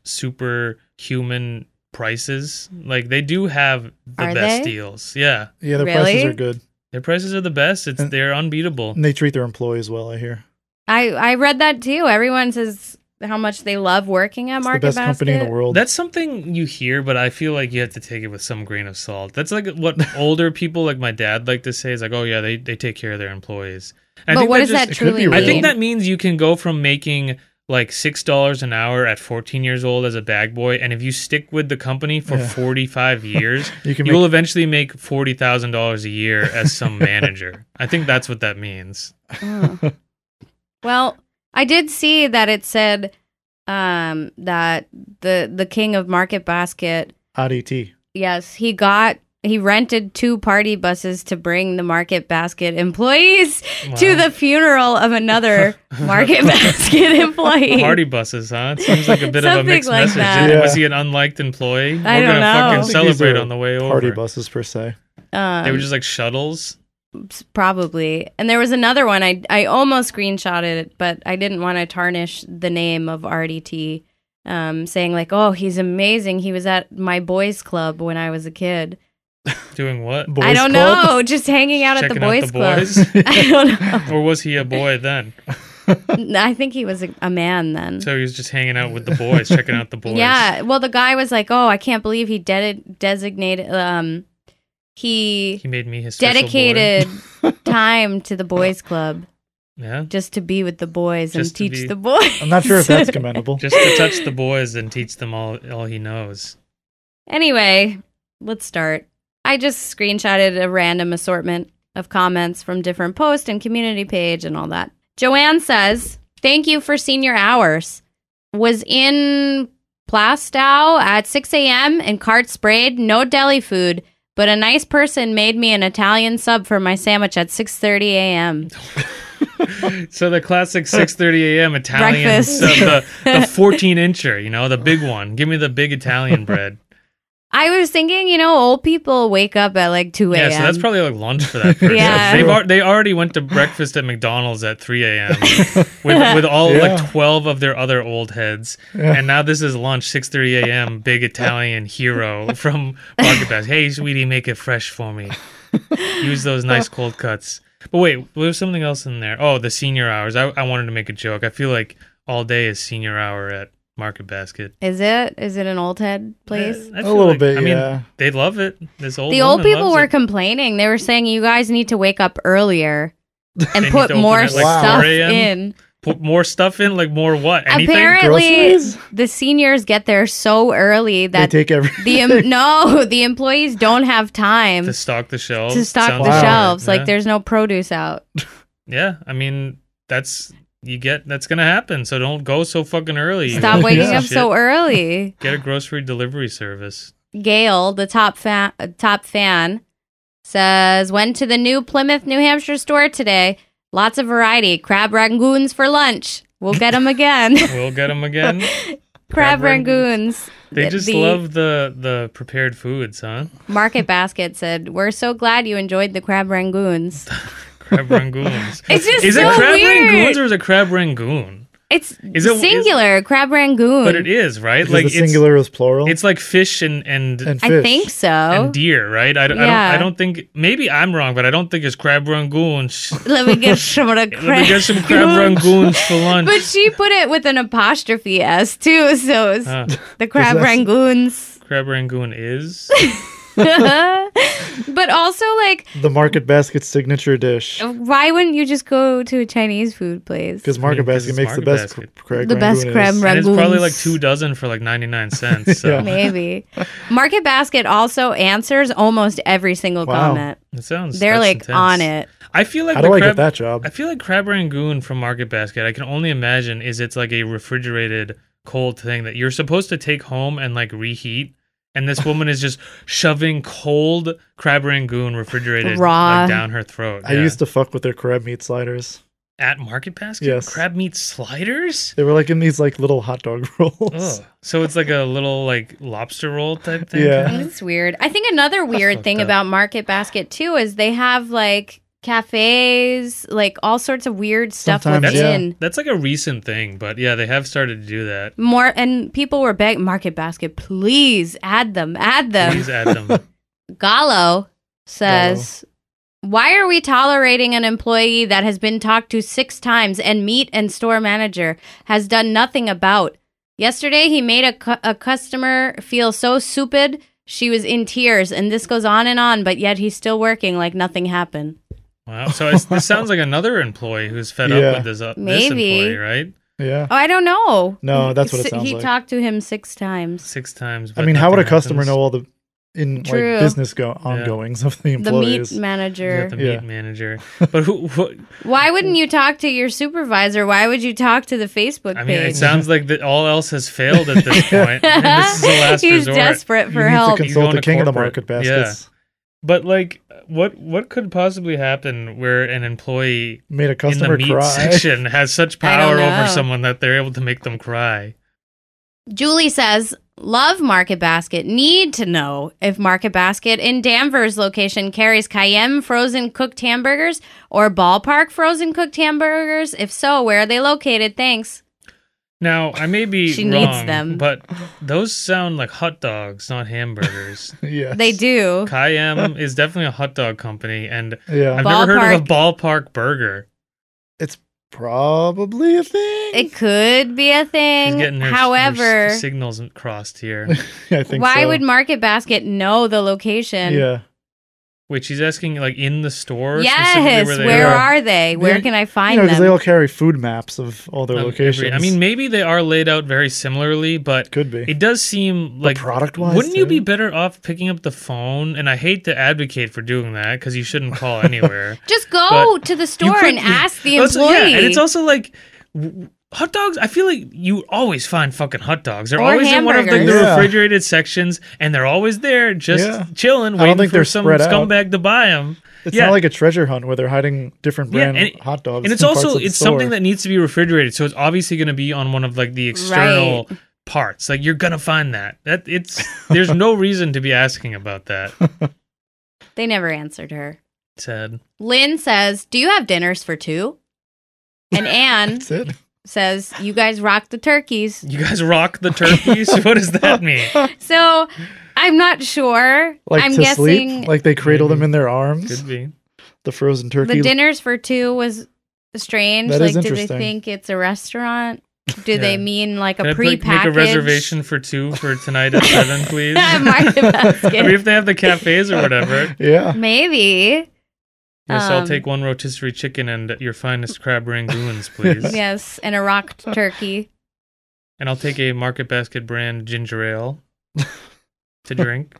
superhuman prices? Like they do have the
Are
best
they?
deals. Yeah,
Mm-hmm. Yeah, their prices
Really?
are good.
their prices are the best. It's
And-
they're unbeatable.
And they treat their employees well, I hear.
I I read that too. Everyone says how much they love working at
It's the
Market
best
Basket.
company in the world.
That's something you hear, but I feel like you have to take it with some grain of salt. That's like what older people, like my dad, like to say is like, "Oh yeah, they, they take care of their employees." And I
But
think
what
that
does
just-
that
it could be
truly
real.
mean?
I think that means you can go from making like six dollars an hour at 14 years old as a bag boy, and if you stick with the company for
Yeah.
45 years,
you can
you
make
will eventually make forty thousand dollars a year as some manager. I think that's what that means.
Oh. well, I did see that it said um, that the the king of Market Basket,
hot ET.
yes, he got he rented two party buses to bring the Market Basket employees to
Wow.
the funeral of another Market Basket employee.
party buses, huh? It seems like a bit of a
Something
mixed
like
message.
that.
Yeah.
Was he an unliked employee?
I
We're gonna
don't know. I
fucking
think
these
celebrate
are
on the way over.
Party buses per se.
Um,
They were just like shuttles.
probably. And there was another one. I I almost screenshotted it, but I didn't want to tarnish the name of RDT. Um, saying like, "Oh, he's amazing. He was at my boys' club when I was a kid."
Doing what?
Boys
I don't
club?
know. Just hanging out at the
Checking
boys' club.
boys?
I don't know.
or was he a boy then?
I think he was a, a man then.
So he was just hanging out with the boys, checking out the boys.
Yeah. Well, the guy was like, "Oh, I can't believe he de- designated um he,
He made me his special boy.
dedicated time to the boys' club
Yeah.
just to be with the boys
Just
and
to
teach
be-
the boys."
I'm not sure if that's commendable.
Just to touch the boys and teach them all all he knows.
Anyway, let's start. I just screenshotted a random assortment of comments from different posts and community page and all that. Joanne says, Thank you for senior hours. Was in Plastow at 6 a.m. and cart sprayed, no deli food, but a nice person made me an Italian sub for my sandwich at 6.30 a.m.
So the classic 6:30 a.m. Italian,
Breakfast.
so the the 14 incher, you know, the big one. Give me the big Italian bread.
I was thinking, you know, old people wake up at like 2 a.m.
Yeah, so that's probably like lunch for that person.
Yeah.
They've al- they already went to breakfast at McDonald's at 3 a.m. with with all
Yeah.
like 12 of their other old heads,
Yeah.
and now this is lunch 6:30 a.m. Big Italian hero from Rocket Bass. Hey, sweetie, make it fresh for me. Use those nice cold cuts. But wait, there was something else in there. Oh, the senior hours. I, I wanted to make a joke. I feel like all day is senior hour at Market Basket.
Is it? Is it an old head place?
I
A
feel
little
like-
bit,
I mean,
yeah.
they love it. This old
the old
woman
people
loves
were
it.
complaining. They were saying you guys need to wake up earlier
need
and
to
put
open
more
at,
like,
stuff
4 a.m.?
in.
put more stuff in, like more what? Anything?
Apparently,
Groceries?
the seniors get there so early
They
that
take every.
the em- no, the employees don't have time
to stock the shelves.
to stock
Sounds
the
Wow.
like it.
shelves.
yeah.
Like there's no produce out.
yeah. I mean, that's you get that's gonna happen. So don't go so fucking early. you
Stop
old
waking
piece of
up
shit.
so early.
Get a grocery delivery service.
Gail, the top fan, top fan, says went to the new Plymouth, New Hampshire store today. Lots of variety. Crab rangoons for lunch. We'll get them again.
We'll get them again.
Crab
Crab
rangoons.
They
The-
just
the
love the the prepared foods, huh?
Market Basket said, "We're so glad you enjoyed the crab rangoons."
Crab rangoons.
It's just
is
so
it crab
weird.
rangoons or is it crab rangoon?
It's
Is it-
singular crab rangoon.
But it is right. Like
like the
it's
singular is plural.
it's like fish and and.
and fish.
I think so.
and deer, right? I, d- I
Yeah.
don't. I don't think. Maybe I'm wrong, but I don't think it's crab rangoons.
Let me get some of the
Let me
crab.
get some crab rangoons for lunch.
But she put it with an apostrophe s too, so it's
Ah.
the crab
Is that-
rangoons.
Crab Rangoon is.
but also, like,
the market basket signature dish
why wouldn't you just go to a Chinese food place?
because
I mean,
market
'cause
basket
it's
makes the
Market
best
Basket.
cr- crab
The best crab
rangoon is.
and it's probably like
Rangoons.
two dozen for like 99 cents. So
Yeah.
Maybe Market Basket also answers almost every single
Wow.
comment.
it sounds.
They're
that's
like
intense.
on it.
I feel like
How
the
do I
crab,
get that job?
I feel like Crab Rangoon from Market Basket. I can only imagine is it's like a refrigerated cold thing that you're supposed to take home and like reheat. And this woman is just shoving cold crab rangoon refrigerated
Raw.
like, down her throat.
I used to fuck with their crab meat sliders.
at Market Basket?
Yes.
Crab meat sliders?
They were like in these like little hot dog rolls.
Ugh. Oh. So it's like a little like lobster roll type thing.
Yeah.
kinda?
It's weird. I think another weird
fucked
thing
up.
about Market Basket too is they have like cafes, like all sorts of weird stuff
Sometimes,
That's,
yeah.
within.
that's like a recent thing, but yeah, they have started to do that.
More and people were begging Market Basket, please add them, add them.
Please add them.
Gallo says, Why are we tolerating an employee that has been talked to six times and meat and store manager has done nothing about? Yesterday, he made a, cu- a customer feel so stupid. She was in tears, and this goes on and on, but yet he's still working like nothing happened.
Wow. So it's, this sounds like another employee who's fed
Yeah.
up with this, uh, this
Maybe.
employee, right?
Yeah.
Oh, I don't know.
No, that's what it
S-
sounds
Mm, He
like.
talked to him six times.
Six times.
I
but
mean, how would a
nothing
customer
happens.
know all the in
True.
like business go ongoings of the employees?
The meat
You
manager.
got the
Yeah.
meat manager. But who, who
Why wouldn't you talk to your supervisor? Why would you talk to the Facebook
I
page?
mean, it sounds like that all else has failed at this point. and this is the last
He's
resort.
desperate
You
for
need
help.
to
He's going
consult the
to
king of the market
corporate.
baskets.
But like, what what could possibly happen where an employee
Made a
in
customer
the meat
cry.
section has such
I don't
power
know.
over someone that they're able to make them cry?
Julie says, Love Market Basket. Need to know if Market Basket in Danvers location carries Cayenne frozen cooked hamburgers or ballpark frozen cooked hamburgers. If so, where are they located? Thanks.
Now, I may be
She
wrong,
needs them.
but those sound like hot dogs, not hamburgers.
yes.
They do.
Kayam is definitely a hot dog company, and
Yeah.
I've never heard of a ballpark burger.
Probably a thing.
It could be a
She's
thing.
getting her, her
However,
s- signals crossed here.
I think
why
so.
would Market Basket know the location?
Yeah.
Wait, she's asking like in the store.
Yes,
specifically
where,
they Um,
are.
are they? Where
Yeah,
can I
You
find
know, because they
them?
all carry food maps of all their
Um, every-
locations.
I mean, maybe they are laid out very similarly, but
could be.
it does seem like
product wise,
Wouldn't you be better off picking up the phone? And I hate to advocate for doing that because you shouldn't call anywhere.
Just go
But
to the
You
store
could-
and ask the
Also-
employee.
yeah, and it's also like w- hot dogs. I feel like you always find fucking hot dogs. They're
Or
always in one of like, the,
hamburgers.
Yeah.
refrigerated sections, and they're always there, just
Yeah.
chilling,
don't
waiting
think
for
they're
some
spread out.
scumbag to buy them.
It's
yeah.
not like a treasure hunt where they're hiding different
Yeah,
brand
and-
hot dogs.
And it's
in parts
also
of the
it's something
store.
that needs to be refrigerated, so it's obviously going to be on one of like the external parts. Like you're gonna find that. That it's there's no reason to be asking about that.
They never answered her.
Sad.
Lynn says, Do you have dinners for two? And Anne
That's it.
says, You guys rock the turkeys.
You guys rock the turkeys. what does that mean?
So I'm not sure.
Like
I'm
to
guessing
sleep, like they cradle
Maybe.
them in their arms.
Could be.
The frozen turkey.
the dinners for two was strange.
That
like,
is
do they
interesting.
think it's a restaurant? Do
Yeah.
they mean like
Can
a
I pla-
prepackaged?
make a reservation for two for tonight at seven, please? I
Market basket.
mean, if they have the cafes or whatever.
yeah.
Maybe.
Yes, I'll
Um,
take one rotisserie chicken and your finest crab rangoons, please.
Yes, and a rocked turkey.
And I'll take a Market Basket brand ginger ale to drink.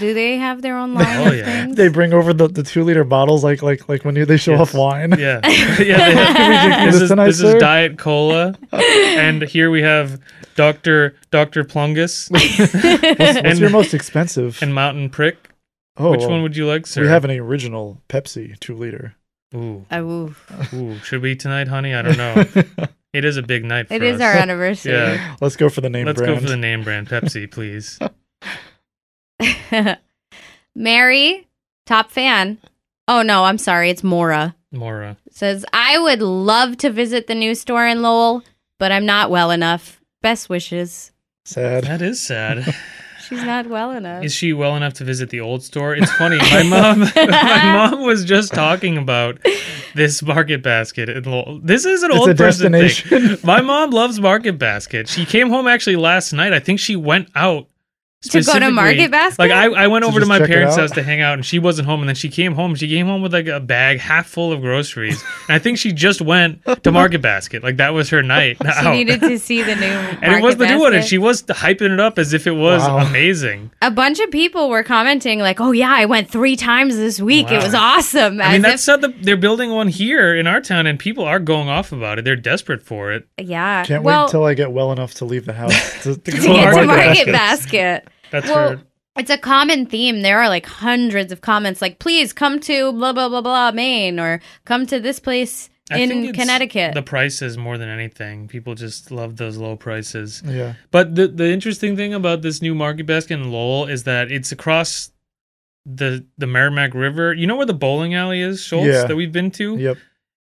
Do they have their own line
Oh,
of
yeah.
things?
They bring over the, the two liter bottles, like like like when you, they show
Yes.
off wine.
Yeah, yeah.
Can we
They,
drink
this
this
is
tonight,
this
sir?
is diet cola, and here we have Doctor Doctor Plungus
What's, what's
And-
your most expensive?
and Mountain Prick.
oh,
Which one would you like, sir?
we have an original Pepsi two liter.
Ooh,
Oh, oof.
ooh. Should we tonight, honey? I don't know. it is a big night. For
It is
us.
our uh, anniversary.
Yeah.
Let's go for the name
Let's
brand.
go for the name brand Pepsi, please.
Mary, top fan. Oh no, I'm sorry. It's Mora.
Mora.
Says, I would love to visit the new store in Lowell, but I'm not well enough. Best wishes.
Sad.
That is sad.
She's not well enough.
Is she well enough to visit the old store? It's funny. My mom, my mom was just talking about this market basket. in Lowell. This is an
It's
old
a
person thing.
destination.
My mom loves Market Basket. She came home actually last night. I think she went out
To go to Market
specifically-
Basket?
Like I, I went
To
over to
just
my
check it
parents'
out?
house to hang out, and she wasn't home. And then she came home. She came home with like a bag half full of groceries. and I think she just went to Market Basket. Like that was her night.
she
out.
needed to see the new
and it was the
Market
new one, and
Basket.
she was hyping it up as if it was
Wow.
amazing.
a bunch of people were commenting like, "Oh yeah, I went three times this week. It
Wow.
was awesome."
I mean,
As
that's not the, they're building one here in our town, and people are going off about it. They're desperate for it.
if- yeah.
Can't
well,
wait till I get well enough to leave the house to, to go
to get
Market
to Market
Basket.
Basket.
That's
Well,
her.
it's a common theme. There are like hundreds of comments like, please come to blah, blah, blah, blah, Maine, or come to this place
I
in
think it's
Connecticut.
The prices more than anything. People just love those low prices.
Yeah.
But the the interesting thing about this new market basket in Lowell is that it's across the the Merrimack River. You know where the bowling alley is, Schultz,
Yeah.
that we've been to?
Yep.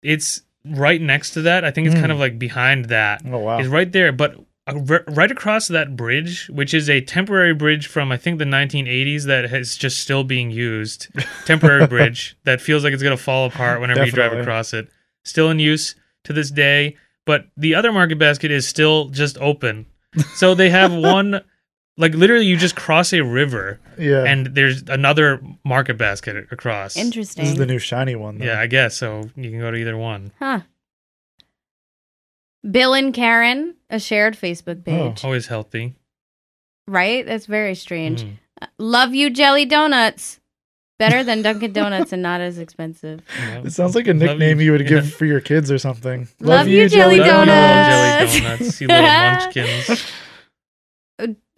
It's right next to that. I think it's kind
Mm.
of like behind that.
Oh wow.
It's right there, but uh, r- right across that bridge, which is a temporary bridge from I think the 1980s that is just still being used. Temporary bridge that feels like it's going to fall apart whenever you drive
Definitely.
across it. Still in use to this day, but the other market basket is still just open. So they have one like literally you just cross a river
Yeah.
and there's another market basket across.
Interesting.
this is the new shiny one. Though.
Yeah, I guess so. You can go to either one.
Huh. Bill and Karen, a shared
Oh,
Facebook page.
Always healthy.
Right? That's very strange.
Mm.
Love you, Jelly Donuts. Better than Dunkin' Donuts and not as expensive.
Yeah.
It sounds like a
Love
nickname
you.
you, would
Yeah.
give for your kids or something.
Love you, Jelly
Love you, little
donuts.
Jelly donuts. You little munchkins.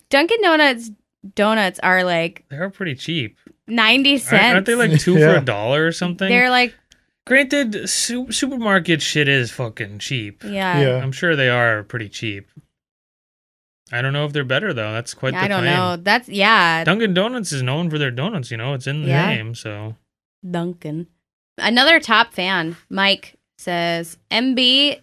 Dunkin' Donuts donuts are like
They are pretty cheap.
90
Aren't,
cents.
aren't they like two for
Yeah.
a dollar or something?
They're like,
Granted, su- supermarket shit is fucking cheap.
yeah.
Yeah.
I'm sure they are pretty cheap. I don't know if they're better though. That's quite the
I don't
claim.
know. That's, yeah.
Dunkin' Donuts is known for their donuts. You know, it's in the
Yeah.
name. So
Duncan. Another top fan, Mike, says MB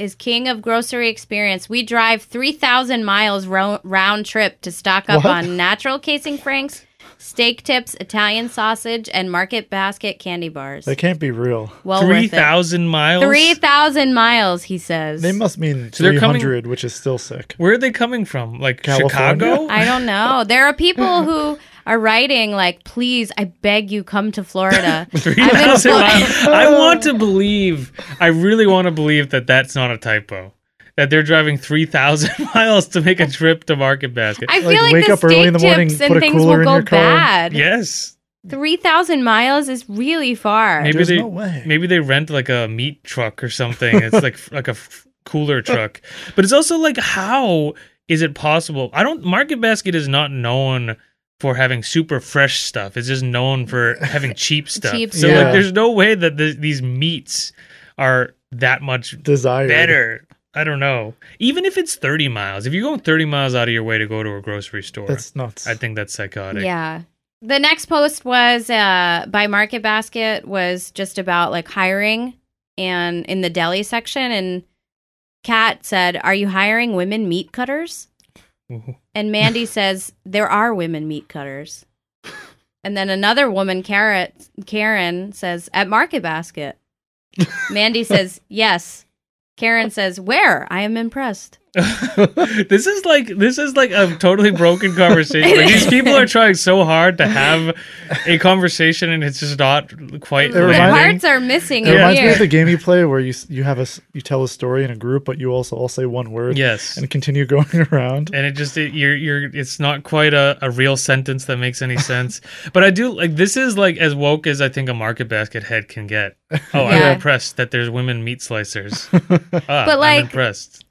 is king of grocery experience. We drive 3,000 miles ro- round trip to stock up
What?
on natural casing franks, steak tips, Italian sausage, and market basket candy bars.
They can't be real.
well,
three
worth
thousand
it.
miles.
3,000 miles, he says.
They must mean
So they're coming-
300, which is still sick.
Where are they coming from? Like
California?
Chicago?
I don't know. There are people who are writing, like, please, I beg you, come to Florida.
Three
I've been
thousand
fly-
miles. I want to believe. I really want to believe that that's not a typo. That they're driving three thousand miles to make a trip to Market Basket.
I feel
Like,
like,
wake
the
up early
steak
in the morning,
tips
put
and
a
things
cooler
will
in
go
your car.
bad.
yes,
Three thousand miles is really far.
maybe
There's
they
no way.
maybe they rent like a meat truck or something. It's like like a f- cooler truck. But it's also like how is it possible? I don't. Market Basket is not known for having super fresh stuff. It's just known for having cheap stuff.
Cheap
so
Yeah.
like, there's no way that th- these meats are that much
Desired.
better. I don't know. Even if it's 30 miles, if you're going 30 miles out of your way to go to a grocery store,
That's nuts.
I think that's psychotic.
Yeah. The next post was uh, by Market Basket was just about like hiring and in the deli section. And Kat said, "Are you hiring women meat cutters?"
Ooh.
And Mandy says, "There are women meat cutters." And then another woman, Carrot Karen, says, "At Market Basket." Mandy says, "Yes." Karen says, "Where? I am impressed."
this is like this is like a totally broken conversation. Like, these people are trying so hard to have a conversation and it's just not quite
It
the
reminds-
landing.
parts are missing.
It reminds me
here.
of the game you play where you s- you have a s- you tell a story in a group, but you also all say one word
Yes.
and continue going around.
and it just it, you're you're it's not quite a, a real sentence that makes any sense but i do like this is like as woke as i think a market basket head can get oh
Yeah.
i'm impressed that there's women meat slicers Ah,
But, like,
i'm impressed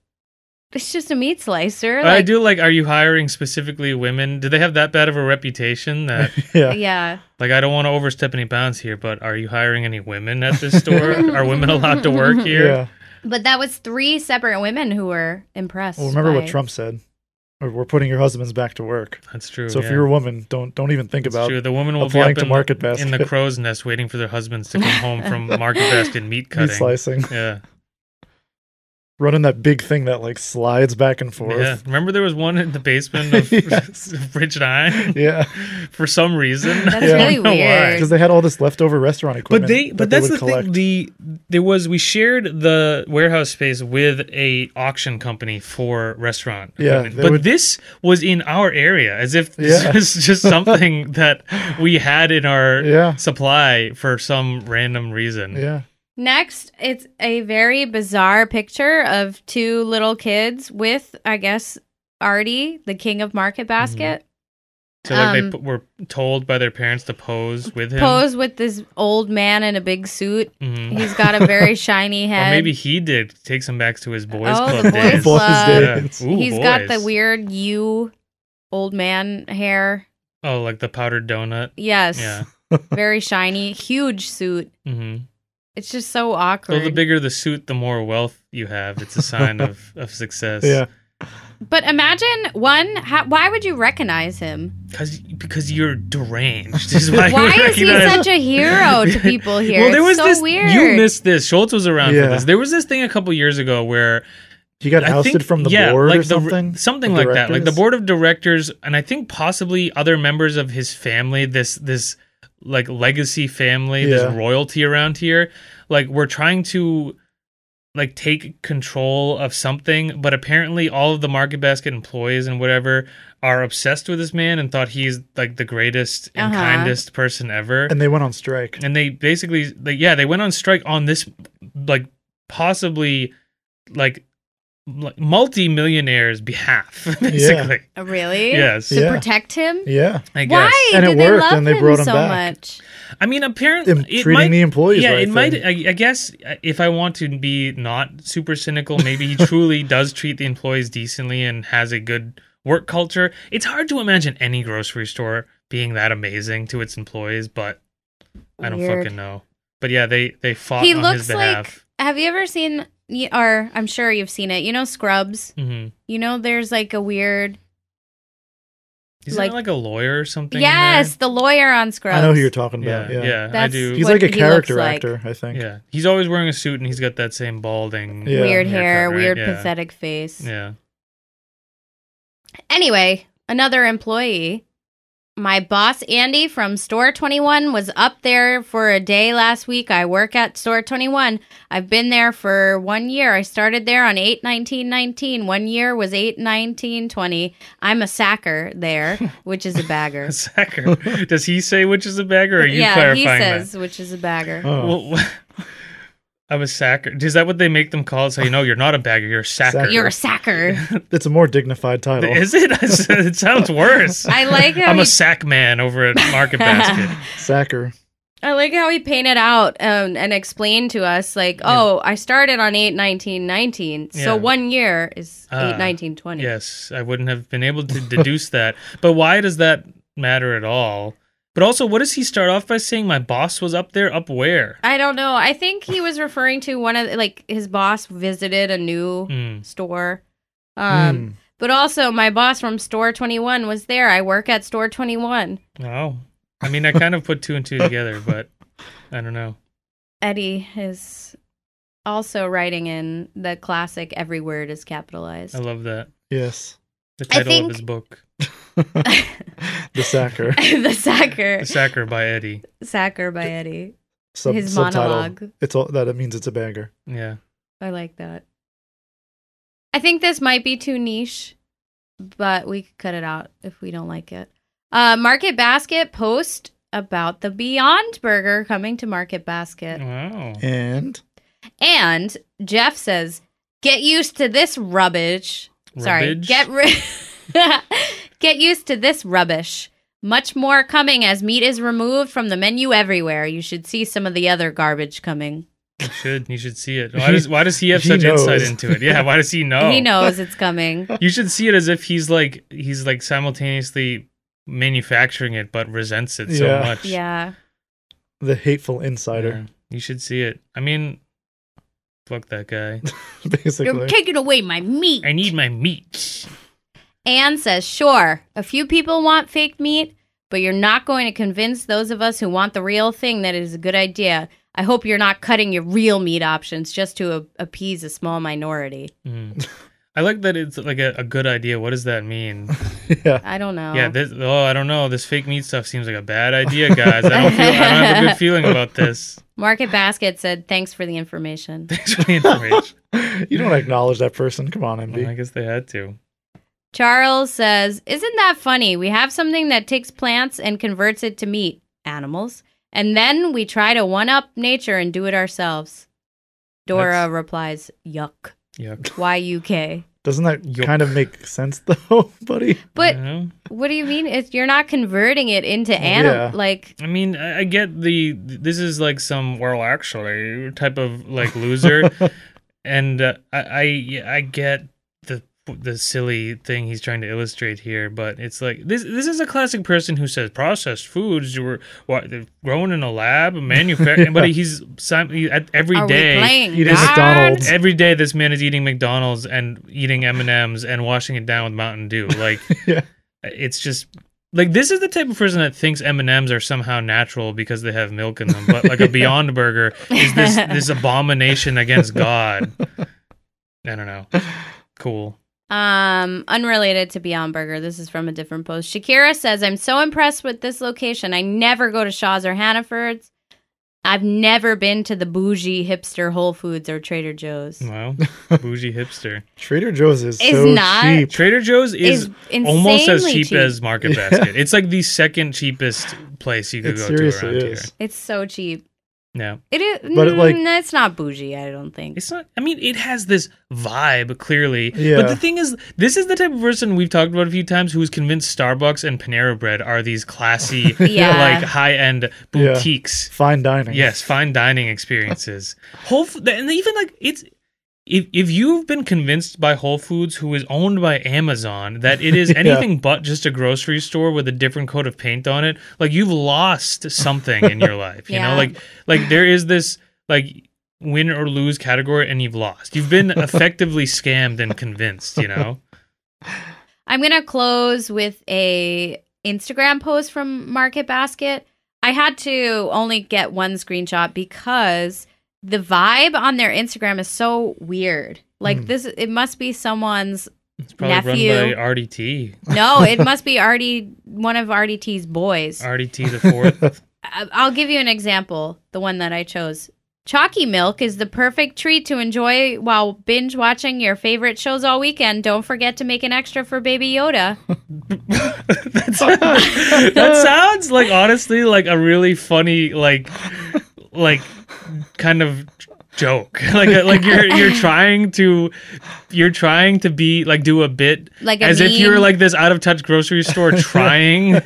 It's just a meat slicer.
i
like-
do like are you hiring specifically women do they have that bad of a reputation that
yeah.
Yeah.
like i don't want to overstep any bounds here but are you hiring any women at this store are women allowed to work here
Yeah.
But that was three separate women who were impressed.
Well, remember
by-
what Trump said? We're- We're putting your husbands back to work.
that's true
So
yeah.
if you're a woman, don't don't even think
It's
about
true. the woman will be
applying
up
to
in,
Market
the, in the
Basket.
crow's nest waiting for their husbands to come home from market basket meat
meat
cutting
slicing.
Yeah.
Running that big thing that like slides back and
Yeah.
forth.
Remember there was one in the basement of,
Yes.
of Rich and I
Yeah.
for some reason.
That's
I don't
really
know why.
weird.
Because they had all this leftover restaurant
But
equipment.
they
that
but that's
would
the
collect.
thing. The there was we shared the warehouse space with a auction company for restaurant.
Yeah,
equipment.
they
But
would-
this was in our area as if this
Yeah.
was just something that we had in our
Yeah.
supply for some random reason.
Yeah.
Next, it's a very bizarre picture of two little kids with, I guess, Artie, the king of
Mm-hmm.
Market Basket,
So like
Um,
they p- were told by their parents to pose with him.
pose with this old man in a big suit.
Mhm.
He's got a very shiny
Or
head.
maybe he did takes him back to his boys
Oh,
club
the boys
days.
club.
Yeah.
days.
Ooh,
He's got the
boys.
weird you old man hair.
Oh, like the powdered donut.
Yes.
Yeah.
Very shiny, huge suit.
Mm-hmm.
It's just so
So
awkward.
the bigger the suit, the more wealth you have. It's a sign of, of success.
Yeah.
but imagine one. How, why would you recognize him?
Because because you're deranged. Is why
Why
you
is he
recognize-
such a hero to people here?
Well, there
It's
was
so
this.
weird.
You missed this. Schultz was around
Yeah.
for this. There was this thing a couple years ago where
He got
I
ousted
think
from the
yeah,
board
like
or
the-
something.
something
Of
like that. Like the
directors?
board of directors, and I think possibly other members of his family. This this like legacy family, this
Yeah.
royalty around here. Like we're trying to like take control of something, but apparently all of the market basket employees and whatever are obsessed with this man and thought he's like the greatest and
Uh-huh.
kindest person ever
and they went on strike.
and they basically like yeah they went on strike on this like possibly like like multi-millionaires behalf basically
Oh, really
yes
to
Yeah.
protect him.
Yeah.
i guess
Why
And
do
it
they
worked,
love
and they
him
brought him
so
back.
much?
i mean apparently
Them
it
treating
might
the employees
yeah
right.
it might
then.
I, I guess uh, if i want to be not super cynical maybe he truly does treat the employees decently and has a good work culture it's hard to imagine any grocery store being that amazing to its employees but i don't
Weird.
fucking know but yeah they they fought
He
on
looks
his
like.
behalf
Have you ever seen? y- Or I'm sure you've seen it. You know Scrubs.
hmm
You know there's like a weird.
Isn't
Like-
it like a lawyer or something? in
Yes, the lawyer on Scrubs.
I know who you're talking
there?
about.
Yeah,
Yeah.
yeah, I
That's-
do.
He's
What
like a
he looks
character
like.
actor, I think.
yeah, he's always wearing a suit and he's got that same balding,
Yeah.
Weird hair,
haircut, right?
weird
yeah.
pathetic face.
Yeah,
Anyway, another employee, my boss Andy from Store 21 was up there for a day last week. I work at Store 21. I've been there for 1 year. I started there on 81919. 1 year was 81920. I'm a sacker there, which is a bagger.
Sacker. Does he say which is the bagger? Or are you
yeah, he
clarifying
says which is a bagger.
that?
Oh.
Well, I'm a sacker. Is that what they make them call it? So you know you're not a bagger, you're a sacker.
Sacker.
You're a sacker.
it's a more dignified title.
Is it? it sounds worse.
I like how
I'm
he
a sack man over at Market Basket.
Sacker.
I like how he painted out um, and explained to us, like, oh, I started on 8 19 19,
Yeah.
so one year is
Ah,
8 19 20.
Yes, I wouldn't have been able to deduce that. But why does that matter at all? But also, what does he start off by saying? My boss was up there, up where?
I don't know. I think he was referring to one of, the- like, his boss visited a new
Mm.
store. Um,
Hmm.
But also, my boss from Store 21 was there. I work at Store 21.
Oh, I mean, I kind of put two and two together, but I don't know.
Eddie is also writing in the classic Every Word is Capitalized.
I love that
Yes.
the
I
title
think-
of his book,
The Sacker.
the Sacker.
"The Sacker" by Eddie.
Sacker by Eddie.
Sub-
his
subtitle.
monologue.
It's all that it means it's a banger.
Yeah,
I like that. I think this might be too niche, but we could cut it out if we don't like it. Uh, Market Basket post about the Beyond Burger coming to Market Basket.
wow.
And
And Jeff says, get used to this rubbish. Sorry,
Rubbage?
get ri- get used to this rubbish. Much more coming as meat is removed from the menu everywhere. You should see some of the other garbage coming.
you should you should see it. Why does why does he have
He
such insight
knows.
into it? Yeah, why does he know?
He knows it's coming.
You should see it as if he's like he's like simultaneously manufacturing it, but resents it so
Yeah.
much.
yeah.
the hateful insider,
Yeah. You should see it. I mean, fuck that guy.
basically.
taking away my meat.
I need my meat.
Anne says, sure, a few people want fake meat, but you're not going to convince those of us who want the real thing that it is a good idea. I hope you're not cutting your real meat options just to a- appease a small minority.
Mm. I like that it's like a, a good idea. What does that mean?
yeah.
I don't know.
Yeah, this, oh, I don't know. This fake meat stuff seems like a bad idea, guys. I don't, feel, I don't have a good feeling about this.
Market Basket said, thanks for the information.
Thanks for the information.
You don't acknowledge that person. Come on,
Well, I
MB.
guess they had to.
Charles says, Isn't that funny? We have something that takes plants and converts it to meat, animals, and then we try to one up nature and do it ourselves. Dora
That's-
replies, Yuck.
Yuck.
Y U K.
Doesn't that
Yuck.
kind of make sense though, buddy?
But
You know?
what do you mean? It's, you're not converting it into animal.
Yeah.
Like,
I mean, I, I get the this is like some well actually type of like loser, and uh, I, I I get the the silly thing he's trying to illustrate here, but it's like this. This is a classic person who says processed foods were what they're grown in a lab, manufactured.
Yeah.
But he's sim- he, at, every
Are
day-
we playing
Eating
God?
McDonald's.
Every day, this man is eating McDonald's and eating M and M's and washing it down with Mountain Dew. Like,
Yeah.
it's just like this is the type of person that thinks M and M's are somehow natural because they have milk in them. But like a Beyond Burger is this this abomination against God. I don't know. Cool.
Um, unrelated to Beyond Burger. This is from a different post. Shakira says, I'm so impressed with this location. I never go to Shaw's or Hannaford's. I've never been to the bougie hipster Whole Foods or Trader Joe's.
Wow, bougie hipster.
Trader Joe's is
Is
so
not-
cheap.
Trader Joe's is.
It's insanely
Almost as cheap,
cheap.
as Market
Yeah.
Basket. It's like the second cheapest place you could
It
go to
seriously
around
is.
here.
It's so cheap.
Yeah.
It is,
But
but
it, like-
it's not bougie. I don't think.
It's not. I mean, it has this vibe clearly. But
Yeah.
the thing is, this is the type of person we've talked about a few times who's convinced Starbucks and Panera Bread are these classy,
Yeah.
like high-end
Yeah.
boutiques.
Fine dining.
Yes, fine dining experiences. Whole F- and even like it's. If, if you've been convinced by Whole Foods, who is owned by Amazon, that it is
Yeah.
anything but just a grocery store with a different coat of paint on it, like you've lost something in your life. You
Yeah.
know, like like there is this like win or lose category, and you've lost. You've been effectively scammed and convinced. You know,
I'm gonna close with a Instagram post from Market Basket. I had to only get one screenshot because the vibe on their Instagram is so weird. Like
Hmm.
Mm.
this, it must be someone's.
it's probably run
Nephew.
by RDT,
No, it must be RD, one of RDT's boys.
RDT the fourth.
I- I'll give you an example. The one that I chose. Chalky milk is the perfect treat to enjoy while binge watching your favorite shows all weekend. Don't forget to make an extra for Baby Yoda.
that sounds like honestly like a really funny like like kind of joke like uh, like you're you're trying to you're trying to be like do a bit
Like a
as if you're
meme.
like this out of touch grocery store trying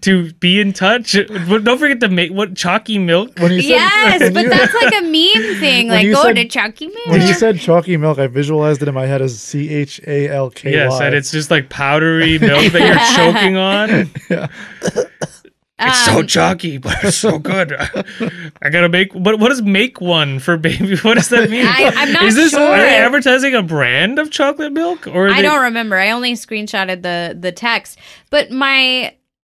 to be in touch but don't forget to make what chalky milk
When you said,
yes,
when
but
you-
that's like a meme thing.
When
Like,
you
go
said-
to Chucky
When you
Milk.
said chalky milk, I visualized it in my head as C H A L K Y.
yes and it's just like powdery milk that you're choking on
Um,
It's so chalky, but it's so good. I gotta make. But what does make one for baby? What does that mean?
I- I'm not
Is this
sure.
are they advertising a brand of chocolate milk? Or are
I
they,
don't remember. I only screenshotted the the text. But my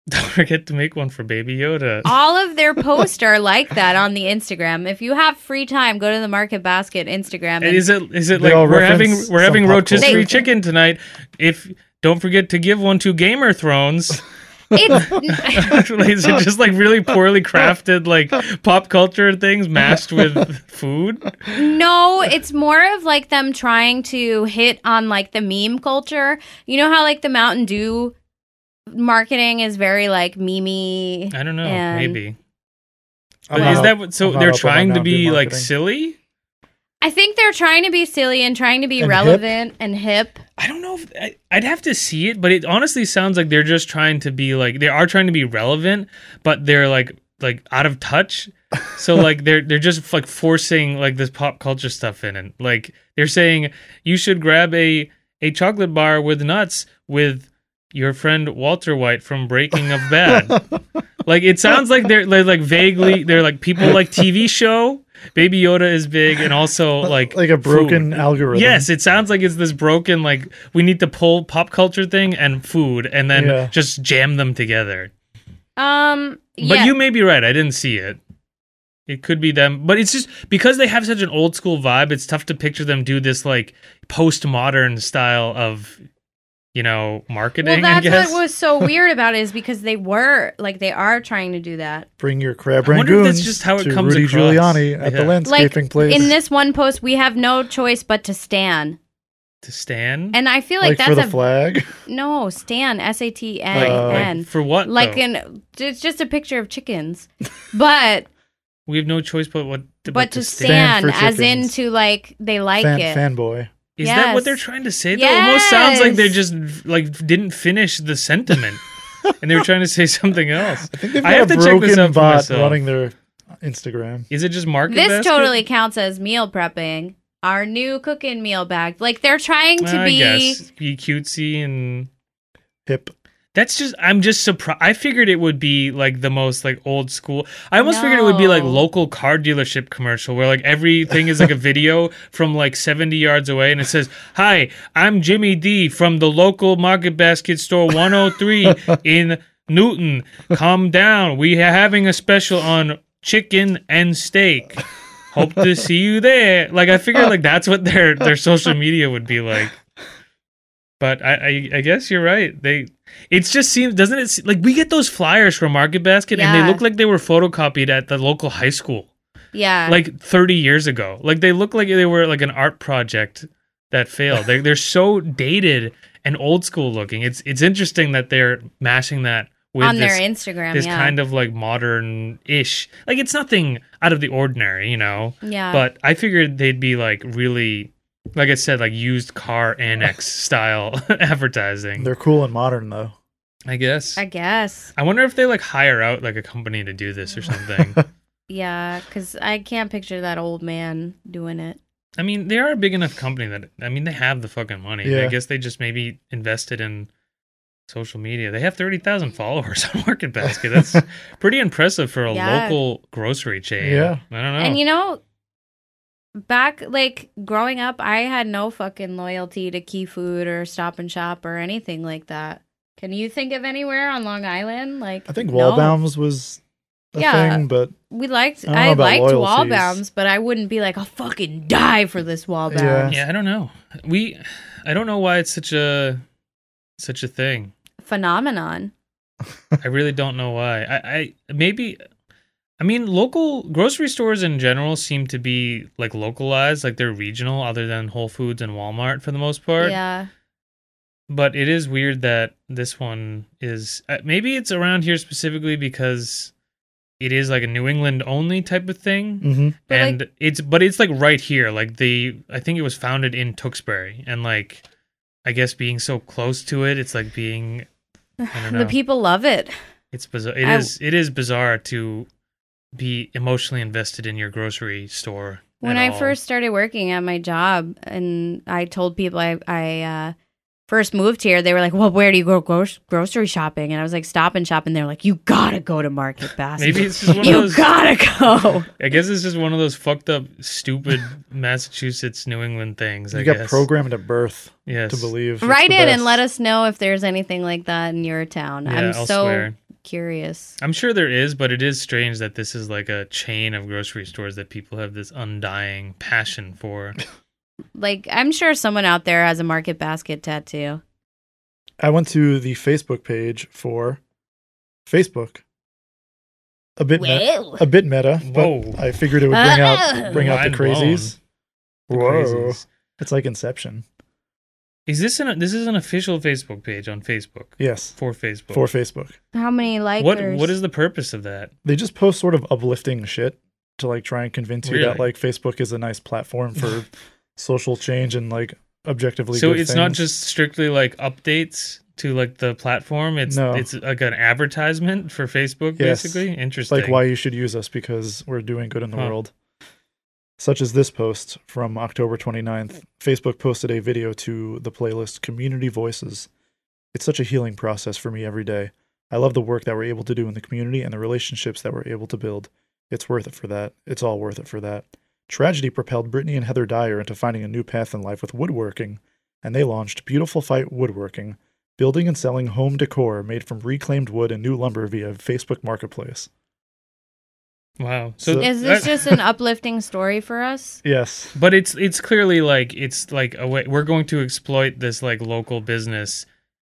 don't forget to make one for Baby Yoda.
all of their posts are like that on the Instagram. If you have free time, go to the Market Basket Instagram.
And
And,
is it is it
They
like
all
we're having
reference
we're
some
having
pop
rotisserie
culture.
chicken tonight? If don't forget to give one to Gamer Thrones.
it's,
Actually, is it just like really poorly crafted like pop culture things mashed with food?
no, it's more of like them trying to hit on like the meme culture. You know how like the Mountain Dew marketing is very like memey.
I don't know.
And-
maybe. But
I'm not
is
up-
that what? So
I'm not
they're
up on my
trying to
Mountain Dew
be like
marketing.
silly.
I think they're trying to be silly and trying to be
And hip.
relevant and hip.
I don't know if I, I'd have to see it, but it honestly sounds like they're just trying to be like they are trying to be relevant, but they're like like out of touch. So like they're they're just like forcing like this pop culture stuff in, and like they're saying you should grab a a chocolate bar with nuts with your friend Walter White from Breaking of Bad. like it sounds like they're, they're like vaguely they're like people like TV show. Baby Yoda is big, and also like
like a broken
food.
algorithm.
Yes, it sounds like it's this broken like we need to pull pop culture thing and food and then
Yeah.
just jam them together.
Um,
But
yeah.
you may be right. I didn't see it. It could be them, but it's just because they have such an old school vibe. It's tough to picture them do this like postmodern style of, you know,
well,
marketing. I
that's
guess.
what was so weird about it is because they were like they are trying to do that.
Bring your crab
I wonder if that's
rangoons
just how it
to
comes
Rudy
across.
Giuliani at
Yeah.
the landscaping
like
place.
in this one post, we have no choice but to stand,
to Stan.
and I feel
like,
like,
for the
that's a
flag.
no stand S A T N
like,
Uh,
like,
N.
for what?
Like
though?
in it's just a picture of chickens, but
we have no choice but what.
but, to
stand
stand,
for
as in
chickens.
to like they like
Fan,
it.
fanboy.
Is that what
Yes.
they're trying to say? Though it almost sounds like they
Yes.
just like didn't finish the sentiment, and they were trying to say something else.
I think they've
I
got
have to
a
check this
broken
out for
bot
myself.
running their Instagram.
Is it just market?
This
basket?
totally counts as meal prepping. our new cooking meal bag. Like they're trying to
I
be
guess be cutesy and
Hip.
That's just I'm just surprised. I figured it would be like the most like old school. I almost figured it would be like
No.
local car dealership commercial where like everything is like a video from like 70 yards away and it says, "Hi, I'm Jimmy D from the local Market Basket store 103 in Newton. Come down. We are having a special on chicken and steak. Hope to see you there." Like I figured like that's what their their social media would be like. But I, I, I guess you're right. They, it just seems doesn't it se- like we get those flyers from Market Basket and
Yeah.
they look like they were photocopied at the local high school
yeah.
like 30 years ago. Like they look like they were like an art project that failed. They they're so dated and old school looking. It's it's interesting that they're mashing that with
on
this,
their Instagram,
this
yeah.
kind of like modern ish. Like it's nothing out of the ordinary, you know.
yeah.
But I figured they'd be like really, like I said, like used car annex style advertising.
They're cool and modern though.
I guess.
I
I,
guess.
wonder if they like hire out like a company to do this or something.
Yeah, cuz I can't picture that old man doing it.
I mean, they are a big enough company that I mean, they have the fucking money. I
Yeah.
guess they just maybe invested in social media. They have thirty thousand followers on Market Basket. That's pretty impressive for a
Yeah.
local grocery chain.
Yeah.
I don't know.
And you know, back like growing up, I had no fucking loyalty to Key Food or Stop and Shop or anything like that. Can you think of anywhere on Long Island? Like
I think
no.
Wallbaums was a
Yeah.
thing, but
We
I
liked.
don't know
I,
about
liked
loyalties.
Wallbaums, but I wouldn't be like, I'll fucking die for this Wallbaums.
yeah, I don't know. We, I don't know why it's such a such a thing.
Phenomenon.
I really don't know why. I, I maybe I mean local grocery stores in general seem to be like localized, like they're regional other than Whole Foods and Walmart for the most part.
Yeah.
But it is weird that this one is uh, maybe it's around here specifically because it is like a New England only type of thing.
mhm.
Mm. But, like-
and it's but it's like right here. Like the I think it was founded in Tewksbury and like I guess being so close to it, it's like being I don't know.
The people love it.
It's bizarre. It is.
I-
It is bizarre to be emotionally invested in your grocery store.
When
at
I
all.
first started working at my job, and I told people I, I uh, first moved here, they were like, "Well, where do you go gro- grocery shopping?" And I was like, "Stop and shop." And they were like, "You gotta go to Market Basket.
maybe it's just one
you
of those.
gotta go."
I guess it's just one of those fucked up, stupid Massachusetts, New England things. I
you got
guess.
programmed at birth
Yes.
to believe. it's
Write
the
it and
best.
let us know if there's anything like that in your town.
Yeah,
I'm
I'll
so
swear.
curious.
I'm sure there is, but it is strange that this is like a chain of grocery stores that people have this undying passion for.
Like, I'm sure someone out there has a Market Basket tattoo.
I went to the Facebook page for Facebook. A bit, me-
Well,
a bit meta, but
Whoa.
I figured it would bring
Ah.
out bring out the
Mind blown.
crazies.
The
Whoa,
crazies.
it's like Inception.
Is this an this is an official Facebook page on Facebook
Yes,
for Facebook?
for Facebook,
how many likers?
what what is the purpose of that?
they just post sort of uplifting shit to like try and convince you that
Really?
like Facebook is a nice platform for social change and like objectively.
so
good
it's not
things.
just strictly like updates to like the platform it's
No.
it's like an advertisement for facebook
Yes.
basically interesting
like why you should use us because we're doing good in the
Huh.
world. Such as this post from October 29th. Facebook posted a video to the playlist Community Voices. It's such a healing process for me every day. I love the work that we're able to do in the community and the relationships that we're able to build. It's worth it for that. It's all worth it for that. Tragedy propelled Brittany and Heather Dyer into finding a new path in life with woodworking, and they launched Beautiful Fight Woodworking, building and selling home decor made from reclaimed wood and new lumber via Facebook Marketplace.
wow so
So-
Is this
that-
just an uplifting story for us?
Yes.
but it's it's clearly like it's like a way we're going to exploit this like local business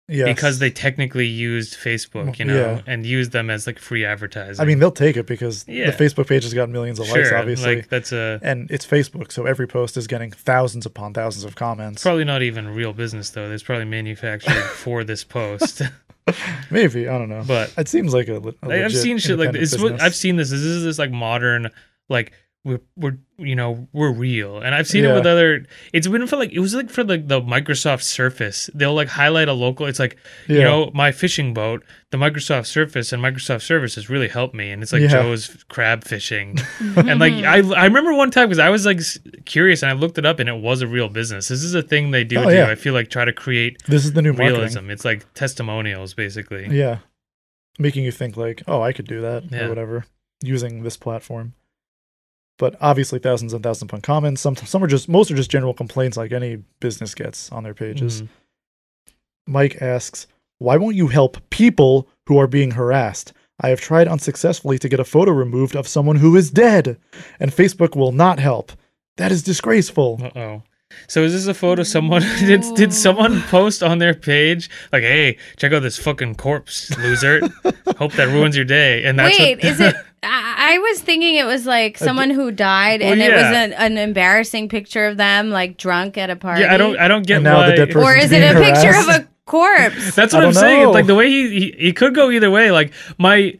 Yes.
because they technically used facebook you know
Yeah.
and used them as like free advertising
I mean, they'll take it because
Yeah.
the Facebook page has got millions of likes,
sure,
obviously.
like that's a
and it's Facebook, so every post is getting thousands upon thousands of comments.
probably not even real business though that's probably manufactured for this post
Maybe I don't know,
but
it seems like a. le- a
I, I've
legit
seen shit like
independent
this. What, I've
business.
seen this. This is this like modern, like we're we're you know we're real, and I've seen it
Yeah.
with other. It's been for like it was like for like the Microsoft Surface. They'll like highlight a local. It's like you
Yeah.
know my fishing boat, the Microsoft Surface, and Microsoft Service has really helped me. And it's like
Yeah.
Mm-hmm.
Joe's crab fishing, and like I I remember one time because I was like s- curious and I looked it up and it was a real business. This is a thing they do.
Oh,
do.
yeah.
I feel like try to create
This is the new marketing.
realism. It's like testimonials basically.
Yeah. Making you think like, oh, I could do that
Yeah.
or whatever using this platform. But obviously thousands and thousands upon comments. Some some are just most are just general complaints like any business gets on their pages.
Mhm.
Mike asks, Why won't you help people who are being harassed? I have tried unsuccessfully to get a photo removed of someone who is dead, and Facebook will not help. That is disgraceful.
Uh oh. So is this a photo someone did?
No.
Did someone post on their page like, "Hey, check out this fucking corpse, loser. Hope that ruins your day." And that's
Wait,
what,
is it? I I was thinking it was like someone who died,
Well,
and it was
yeah.
an, an embarrassing picture of them, like drunk at a party.
yeah, I don't. I don't get
And now
why.
the dead person-
or
person's
is it
being
a picture of
harassed.
a corpse?
That's
I
what I'm
don't
saying. It's
know.
like the way he, he he could go either way. Like my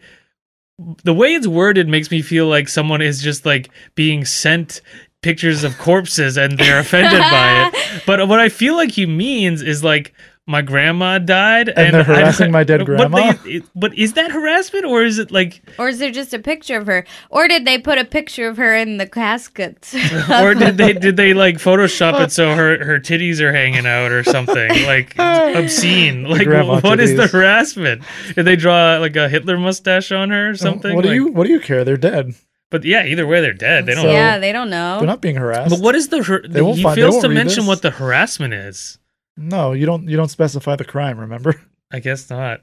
the way it's worded makes me feel like someone is just like being sent pictures of corpses and they're offended by it. But what I feel like he means is like my grandma died and,
they're
I don't-
harassing my dead
but
grandma?
they- it- but is that harassment or is it like
Or is there just a picture of her? Or did they put a picture of her in the casket?
or did they did they like Photoshop it so her her titties are hanging out or something like obscene? Like
Grandma
what is the
titties.
harassment? Did they draw like a Hitler mustache on her or something?
Oh, What do
Like-
you what do you care? They're dead.
But yeah, either way, they're dead. They don't.
So-
yeah, they don't know.
They're not being harassed.
but what is the? Har-
They won't
he
find- they
fails
won't
to
read
mention
this.
what the harassment is.
No, you don't you don't specify the crime, remember?
I guess not.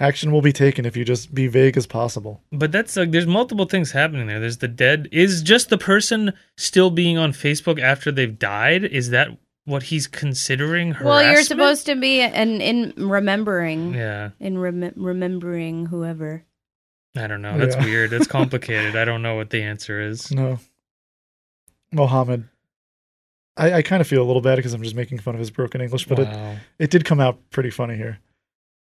Action will be taken if you just be vague as possible.
But that's like there's multiple things happening there. There's the dead. Is just the person still being on Facebook after they've died? Is that what he's considering? Harassment?
well, you're supposed to be an in remembering
Yeah,
in rem- remembering whoever.
I don't know. That's
Yeah.
weird. That's complicated. I don't know what the answer is.
No. Mohammed. I, I kind of feel a little bad because I'm just making fun of his broken English, but it,
Wow.
It did come out pretty funny here.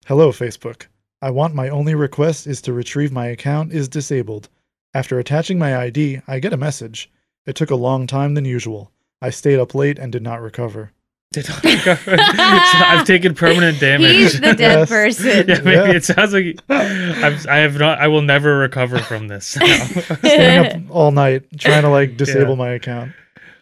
Hello, Facebook. I want my only request is to retrieve my account is disabled. After attaching my ID, I get a message. It took a long time than usual. I stayed up late and did not recover.
Did I recover? So I've taken permanent damage.
He's the dead
Yes.
person.
yeah, maybe
Yeah.
it sounds like I've, I have not. I will never recover from this. now.
Staying up all night trying to like disable
Yeah.
my account.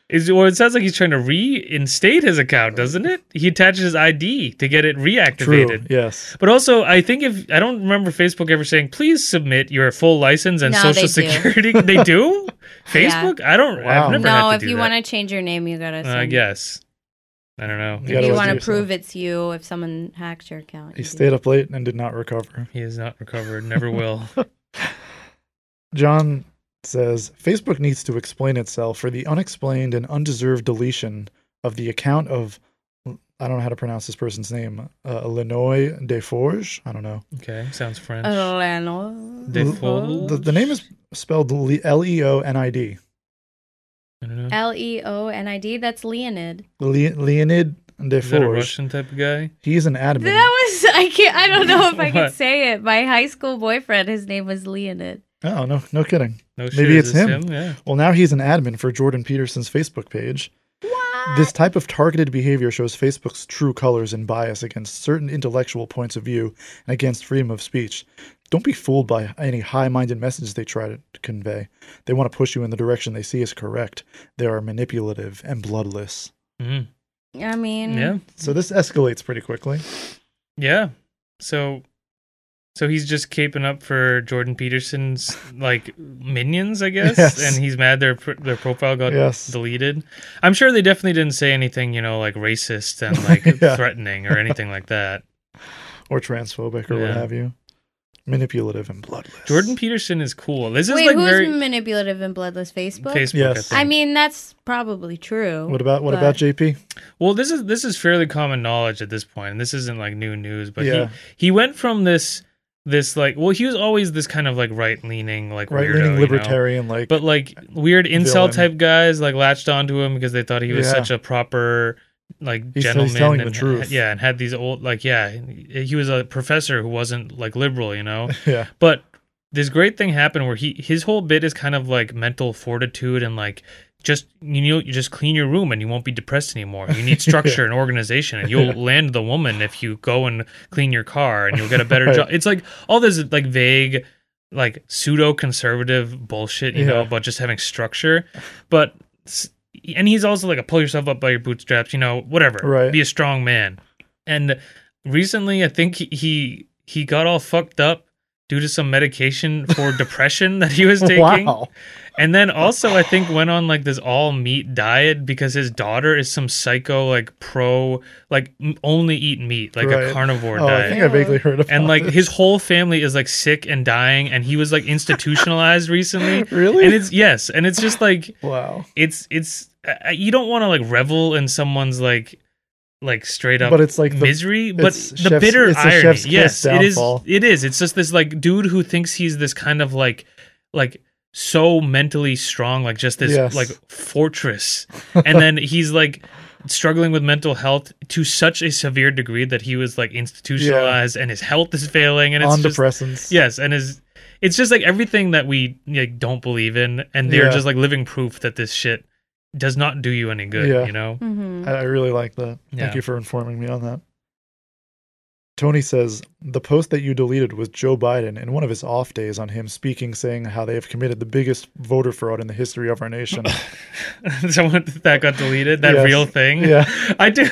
Is well, it sounds like he's trying to reinstate his account, doesn't it? He attaches his ID to get it
True.
reactivated.
Yes.
But also, I think if I don't remember Facebook ever saying, "Please submit your full license and
No,
social
they do.
security." they do. Facebook? I don't.
Wow.
I've never
No,
had
if
to Uh,
you want to change your name, you gotta.
to, I
send-
guess. I don't know.
You gotta
If you
do
want to
yourself.
prove it's you, if someone hacked your account,
He
you do.
stayed up late and did not recover.
He is not recovered. Never will.
John says Facebook needs to explain itself for the unexplained and undeserved deletion of the account of I don't know how to pronounce this person's name, uh, Lenoy Deforge. I don't know.
okay, sounds French.
Elena.
They
L-
fold?
The, the name is spelled L E O N I D.
I don't know.
L E O N I D. That's Leonid.
Le- Leonid
Is that a
Deforge.
Russian type of guy?
He's an admin.
That was I can't. I don't know if I can
What?
say it. My high school boyfriend, his name was Leonid.
oh no, no kidding.
No, shit,
Maybe
is
it's
this
him.
Yeah.
Well, now he's an admin for Jordan Peterson's Facebook page. This type of targeted behavior shows Facebook's true colors and bias against certain intellectual points of view and against freedom of speech. Don't be fooled by any high minded messages they try to convey. They want to push you in the direction they see is correct. They are manipulative and bloodless.
Mhm.
I mean,
Yeah.
So this escalates pretty quickly.
Yeah. So so he's just caping up for Jordan Peterson's like minions, I guess,
Yes.
and he's mad their pr- their profile got
Yes.
deleted. I'm sure they definitely didn't say anything, you know, like racist and like
Yeah.
threatening or anything like that.
Or transphobic or what
Yeah.
have you. Manipulative and bloodless.
Jordan Peterson is cool. This
Wait,
is like
who's
very
manipulative and bloodless? Facebook.
Facebook.
Yes.
I
I
think.
mean, that's probably true.
What about what
But-
about JP?
Well, this is this is fairly common knowledge at this point. And this isn't like new news, but
Yeah.
he he went from this this like well, he was always this kind of like right leaning like
Right
weirdo, you
leaning
know?
libertarian, like
But like weird
villain.
incel type guys like latched onto him because they thought he was
Yeah.
such a proper like
He's- he's
gentleman.
telling the
and,
truth.
Yeah, and had these old like yeah, he was a professor who wasn't like liberal, you know.
yeah.
But this great thing happened where he his whole bit is kind of like mental fortitude and like just you know you just clean your room and you won't be depressed anymore. You need structure and organization and you'll land the woman if you go and clean your car and you'll get a better
Right.
job. It's like all this like vague like pseudo conservative bullshit, you know,
Yeah.
about just having structure. But s- and he's also like a pull yourself up by your bootstraps, you know, whatever.
Right.
Be a strong man. And recently, I think he he, he got all fucked up due to some medication for depression that he was taking.
Wow.
And then also, I think went on like this all meat diet because his daughter is some psycho like pro like m- only eat meat like
Right.
a carnivore
Oh, I
diet.
think I vaguely heard about
and like
this.
his whole family is like sick and dying, and he was like institutionalized recently.
Really?
And it's yes, and it's just like
wow.
it's it's uh, you don't want to like revel in someone's like like straight up
But it's like the-
misery but
it's
the
chef's-
bitter
it's a
irony
chef's kiss
yes it is
downfall.
it is it's just this like dude who thinks he's this kind of like like so mentally strong like just this
Yes.
like fortress and then he's like struggling with mental health to such a severe degree that he was like institutionalized and his health is failing and it's
On
just
depressants.
Yes, and is it's just like everything that we like don't believe in, and they're
Yeah.
just like living proof that this shit does not do you any good.
Yeah.
You know,
Mm-hmm.
I, I really like that.
Yeah.
Thank you for informing me on that. Tony says the post that you deleted was Joe Biden in one of his off days on him speaking, saying how they have committed the biggest voter fraud in the history of our nation.
someone that got deleted, that
Yes.
real thing.
yeah,
I do.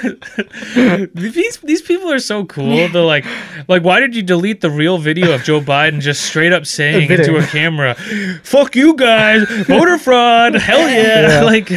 these these people are so cool. They're like, like, why did you delete the real video of Joe Biden just straight up saying
Admitting.
into a camera, "Fuck you guys, voter fraud, hell yeah!"
Yeah.
Like,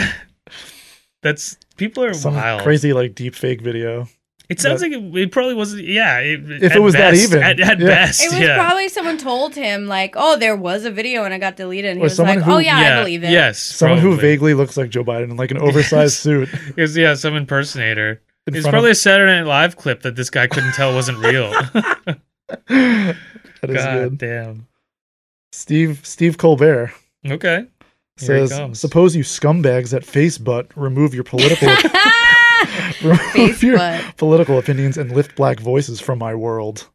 that's people are
some
wild.
crazy like deep fake video.
It sounds
That-
like it, it probably wasn't. Yeah, it,
If
at
it was that
best-
even,
at, at
yeah.
best,
It was
yeah.
probably someone told him like, "Oh, there was a video and I got deleted." And he
Or
was
someone
like,
who-
"Oh yeah,
yeah,
I believe it."
Yes,
Someone who
probably.
vaguely looks like Joe Biden in like an oversized suit.
It was, yeah, some impersonator.
In
It's
front
probably a
of,
Saturday Night Live clip that this guy couldn't tell wasn't real.
that is
God
good.
damn.
Steve Steve Colbert
Okay. Here he
says,
comes.
"Suppose you scumbags at Facebook remove your political remove your
Facebook.
political opinions and lift black voices from my world."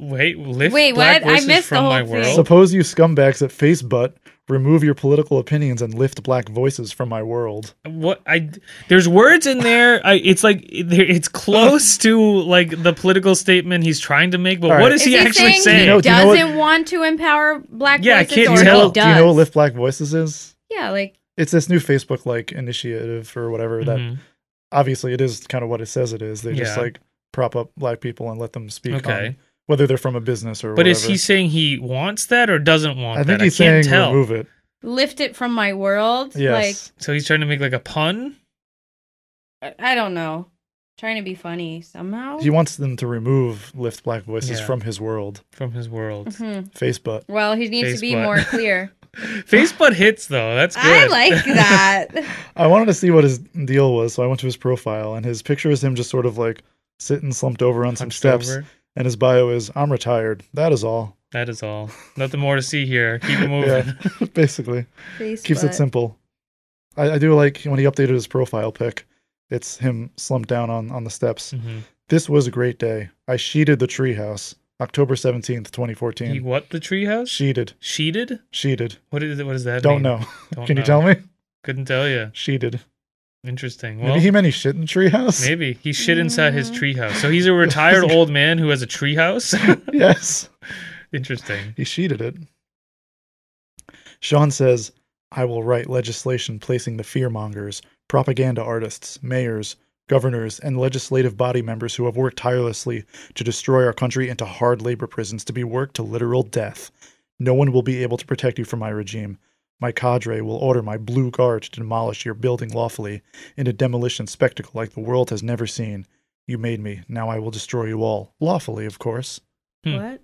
Wait, lift
Wait,
black
what? I
voices
missed the
from
whole
my
thing.
world.
Sup-
Suppose you scumbags at Facebook remove your political opinions and lift black voices from my world.
what I there's words in there. I it's like there- it's close to like the political statement he's trying to make, but
All
what
right.
is
Is
he,
he
actually
saying
saying?
You know-
he
do you know what-
doesn't want to empower black
Yeah, I
voices,
can't
or
do you,
tell.
know,
he
do
does?
you know what Lift Black Voices is?
yeah, like
It's this new Facebook like initiative or whatever that
Mhm.
obviously it is kind of what it says it is. They just
Yeah.
like prop up black people and let them speak
Okay.
on whether they're from a business or
But
whatever.
is he saying he wants that or doesn't want
I think
that?
he's
I can't
saying
tell.
remove it.
lift it from my world.
Yes.
So he's trying to make like a pun.
Like I I don't know, trying to be funny somehow.
he wants them to remove Lift Black Voices
Yeah.
from his world.
from his world.
Mhm.
Facebook.
Well, he needs to be
Facebook.
more clear.
Facebook hits though. That's good.
I like that.
I wanted to see what his deal was, so I went to his profile and his picture is him just sort of like sitting slumped over on some
Hunched
steps.
over.
And his bio is, I'm retired. That is all.
That is all. Nothing more to see here. Keep it moving.
Yeah, basically.
Facebook.
Keeps it simple. I, I do like when he updated his profile pic, it's him slumped down on, on the steps.
Mhm.
This was a great day. I sheeted the treehouse. October 17th,
He
2014.
what the treehouse?
Sheeted.
Sheeted?
Sheeted.
What is it? What does that? mean?
Don't know.
Don't
Can you
know.
tell me?
Couldn't tell you.
Sheeted.
Interesting.
Maybe
Well,
he meant he shit in the treehouse?
maybe he shit inside his treehouse. So he's a retired old man who has a treehouse.
Yes.
Interesting.
He sheeted it. Sean says, I will write legislation placing the fearmongers, propaganda artists, mayors, governors, and legislative body members who have worked tirelessly to destroy our country into hard labor prisons to be worked to literal death. No one will be able to protect you from my regime. My cadre will order my blue guard to demolish your building lawfully in a demolition spectacle like the world has never seen. You made me. Now I will destroy you all. Lawfully, of course.
Hmm.
What?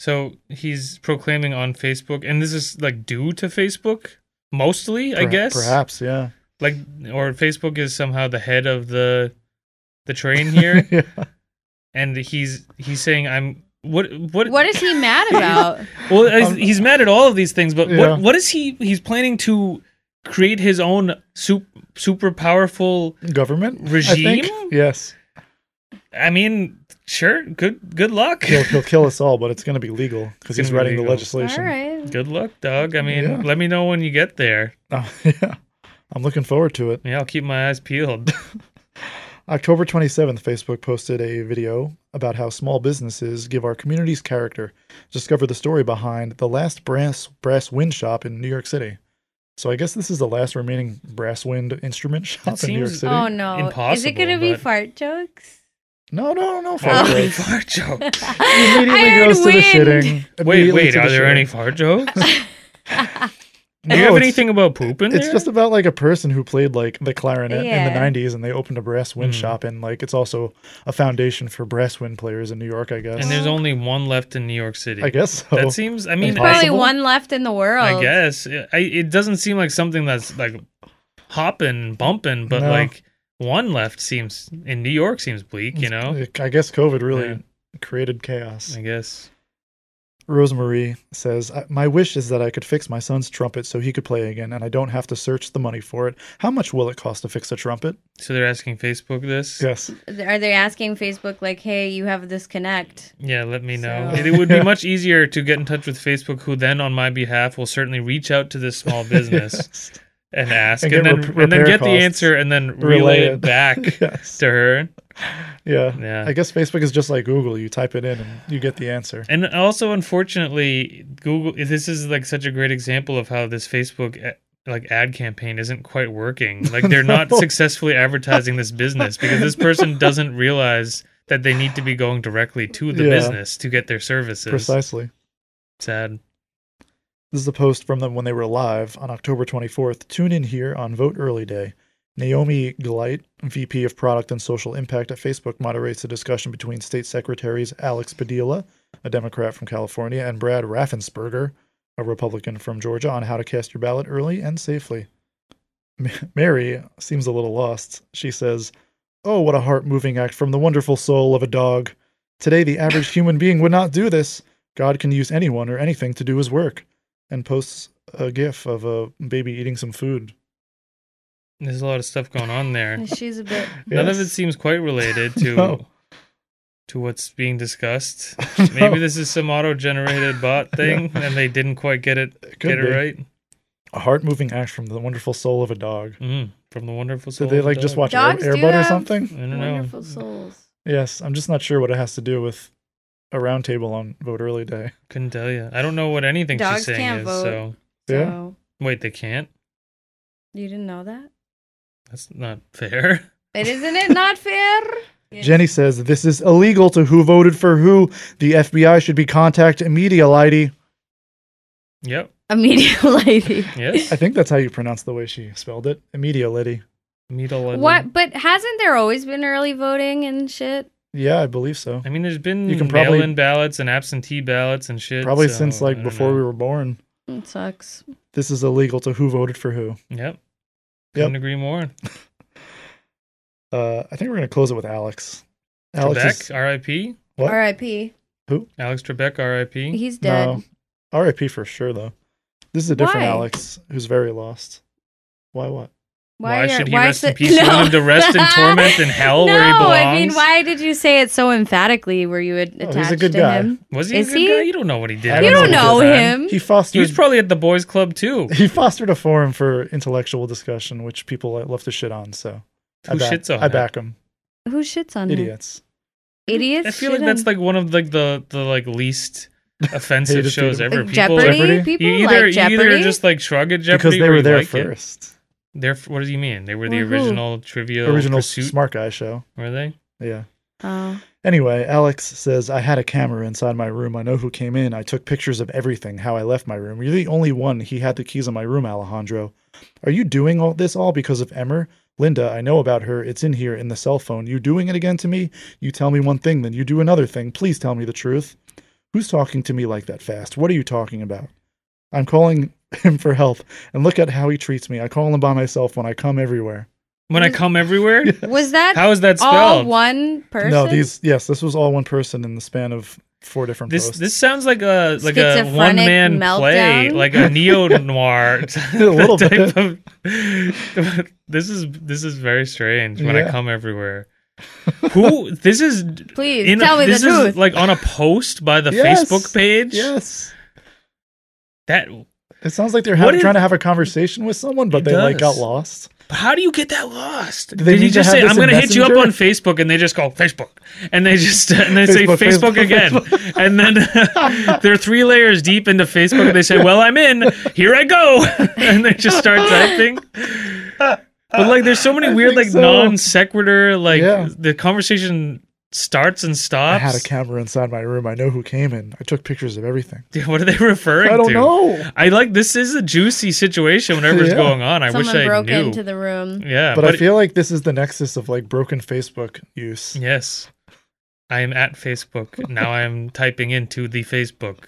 So he's proclaiming on Facebook, and this is like due to Facebook mostly, I
Per-
guess.
Perhaps, yeah.
Like, or Facebook is somehow the head of the the train here.
yeah.
and he's he's saying I'm what what
What is he mad about?
well he's-
Um,
he's mad at all of these things but
Yeah.
what what is he he's planning to create his own super super powerful
government I
regime
think. Yes,
I mean sure good good luck
he'll, he'll kill us all, but it's going to be legal because
It's
he's
gonna be
writing the
legal.
All
legislation.
right.
good luck dog I mean
Yeah.
let me know when you get there
Oh, yeah, I'm looking forward to it.
yeah I'll keep my eyes peeled
October 27th, Facebook posted a video about how small businesses give our communities character. Discover the story behind the last brass brass wind shop in New York City. So I guess this is the last remaining brass wind instrument shop in New York
seems-
City.
oh no! Is it
Impossible,
gonna be
but-
fart jokes?
No, no, no,
Fart
fart
Oh.
joke.
jokes.
Fart joke.
Immediately
I heard
goes to the
wind.
shitting.
Wait,
Immediately
wait.
to the
Are there
shitting.
any fart jokes? Do
No,
you have
it's-
anything about poop in
It's
there?
just about like a person who played like the clarinet in
Yeah.
the '90s, and they opened a brass wind
Mm.
shop, and like it's also a foundation for brass wind players in New York, I guess.
and there's only one left in New York City.
I guess so.
That seems. I mean,
There's probably
Impossible?
one left in the world.
I guess it, I, it doesn't seem like something that's like hopping, bumping, but
No.
like one left seems in New York seems bleak. You know,
I guess COVID really
Yeah.
created chaos.
I guess.
Rosemarie says, "I- "My wish is that I could fix my son's trumpet so he could play again, and I don't have to search the money for it. How much will it cost to fix a trumpet?"
So they're asking Facebook this.
Yes,
Are they asking Facebook like, "Hey, you have this connect"?
Yeah, let me know.
So-
It, would be much easier to get in touch with Facebook, who then, on my behalf, will certainly reach out to this small business
Yes.
and ask,
And
and,
get
then
rep-
and then
repair
get the
costs.
answer, and then
Relay
relay
it.
it back
yes,
to her.
yeah.
Yeah.
I guess Facebook is just like Google. You type it in, and you get the answer.
And also, unfortunately, Google. This is like such a great example of how this Facebook eh, like ad campaign isn't quite working. Like they're not
No.
successfully advertising this business because this person doesn't realize that they need to be going directly to the
Yeah.
business to get their services.
Precisely.
Sad.
This is a post from them when they were live on October 24th. Tune in here on Vote Early Day. Naomi Gleit, VP of Product and Social Impact at Facebook, moderates a discussion between State Secretaries Alex Padilla, a Democrat from California, and Brad Raffensperger, a Republican from Georgia, on how to cast your ballot early and safely. Ma- Mary seems a little lost. She says, Oh, what a heart moving act from the wonderful soul of a dog. Today, the average human being would not do this. God can use anyone or anything to do his work and posts a gif of a baby eating some food.
There's a lot of stuff going on there.
She's a bit.
None of it
Yes.
seems quite related to
No.
to what's being discussed.
No,
Maybe this is some auto-generated bot thing, and they didn't quite get it
it could
get it
be.
right
A heart moving act from the wonderful soul of a dog.
mm, from the wonderful.
Did
Soul
they
of a
like just
Dog.
watch
Dogs
Air,
do um,
Airbud or
have-
I
something?
don't know.
Wonderful souls.
Yes, I'm just not sure what it has to do with a roundtable on Vote Early Day.
Couldn't tell you. I don't know what anything
Dogs
she's saying
can't
is.
vote.
So
Yeah.
So
wait, they can't.
you didn't know that?
That's not fair.
But isn't it not fair?
Jenny says this is illegal to who voted for who. The FBI should be contact media lady.
Yep.
A media lady.
Yes.
I think that's how you pronounce the way she spelled it. Media lady.
Meet a legend.
What? But hasn't there always been early voting and shit?
Yeah, I believe so.
I mean, there's been
You can probably-
mail-in ballots and absentee ballots and shit.
Probably
so
since
I
like
don't
before we
know.
were born.
It sucks.
This is illegal to who voted for who.
Yep. Couldn't agree more.
Uh, I think we're gonna close it with Alex. Alex is-
Trebek, R.I.P.
What?
R.I.P.
Alex Trebek, R.I.P.
He's dead.
No. RIP for sure, though. This is a different
Why?
Alex who's very lost. Why what?
Why
are-
should he rest in
the-
peace? You want him to rest in torment in hell
no,
where he
I mean,
belongs?
why did you say it so emphatically? Were you ad-
he's a
attached
good
to
guy.
him?
Was he a
Is
good
he?
guy? You don't know what he did.
I
at
You
that
don't
point in
know
time.
him.
He fostered
He was probably at the boys' club too.
he fostered a forum for intellectual discussion, which people love to shit on, so I
Who
back,
shits on
I
him?
back him.
Who shits on him?
Idiots.
Idiots.
I feel
shit
like that's
on-
like one of like the the like least offensive
Hated
shows
people.
ever.
Like
People
Jeopardy.
Jeopardy?
People
you either
like Jeopardy.
you either just like shrug at Jeopardy
Because they
or
were
you
there
like it.
first.
They're f- what do you mean? They were the
Well, who?
original Trivial
Original
Pursuit,
Smart Guy show.
were they?
Yeah.
oh.
Anyway, Alex says, I had a camera inside my room. I know who came in. I took pictures of everything, how I left my room. You're the only one. He had the keys of my room, Alejandro. Are you doing all this all because of Emmer? Linda, I know about her. It's in here in the cell phone. You doing it again to me? You tell me one thing, then you do another thing. Please tell me the truth. Who's talking to me like that fast? What are you talking about? I'm calling him for help, and look at how he treats me. I call him by myself when I come everywhere.
When I
Was-
come everywhere,
Was that
how is that
all
spelled?
one person?
No, these yes, this was all one person in the span of four different
this
posts.
this sounds like a like a
Schizophrenic
one man play,
meltdown?
like a neo noir.
little bit.
this is this is very strange. When
Yeah.
I come everywhere, who this is?
Please
in a-
tell me the
this is,
truth.
Like on a post by the
Yes.
Facebook page.
yes.
That
It sounds like they're
What
having,
if-
trying to have a conversation with someone, but
It
they like got
does.
lost.
How do you get that lost?
Do they
Did you
need to
just
have
say,
this
"I'm going
in
to hit you up
Messenger?
on Facebook," and they just go Facebook, and they just and they
Facebook,
say Facebook,
Facebook,
again, and then they're three layers deep into Facebook, and they say, "Well, I'm in. Here I go," and they just start typing. But like, there's so many
I
weird
think
like
so.
non sequitur. Like
Yeah.
the conversation starts and
I
stops.
had a camera inside my room. I know who came in. I took pictures of everything.
Dude, What are they referring to?
I don't know.
I like this is a juicy situation. Whatever's
Yeah.
going on, I
Someone
wish I
broke
knew.
into the room.
yeah,
But, I feel like this is the nexus of like broken Facebook use.
Yes. I am at Facebook. Now I am typing into the Facebook.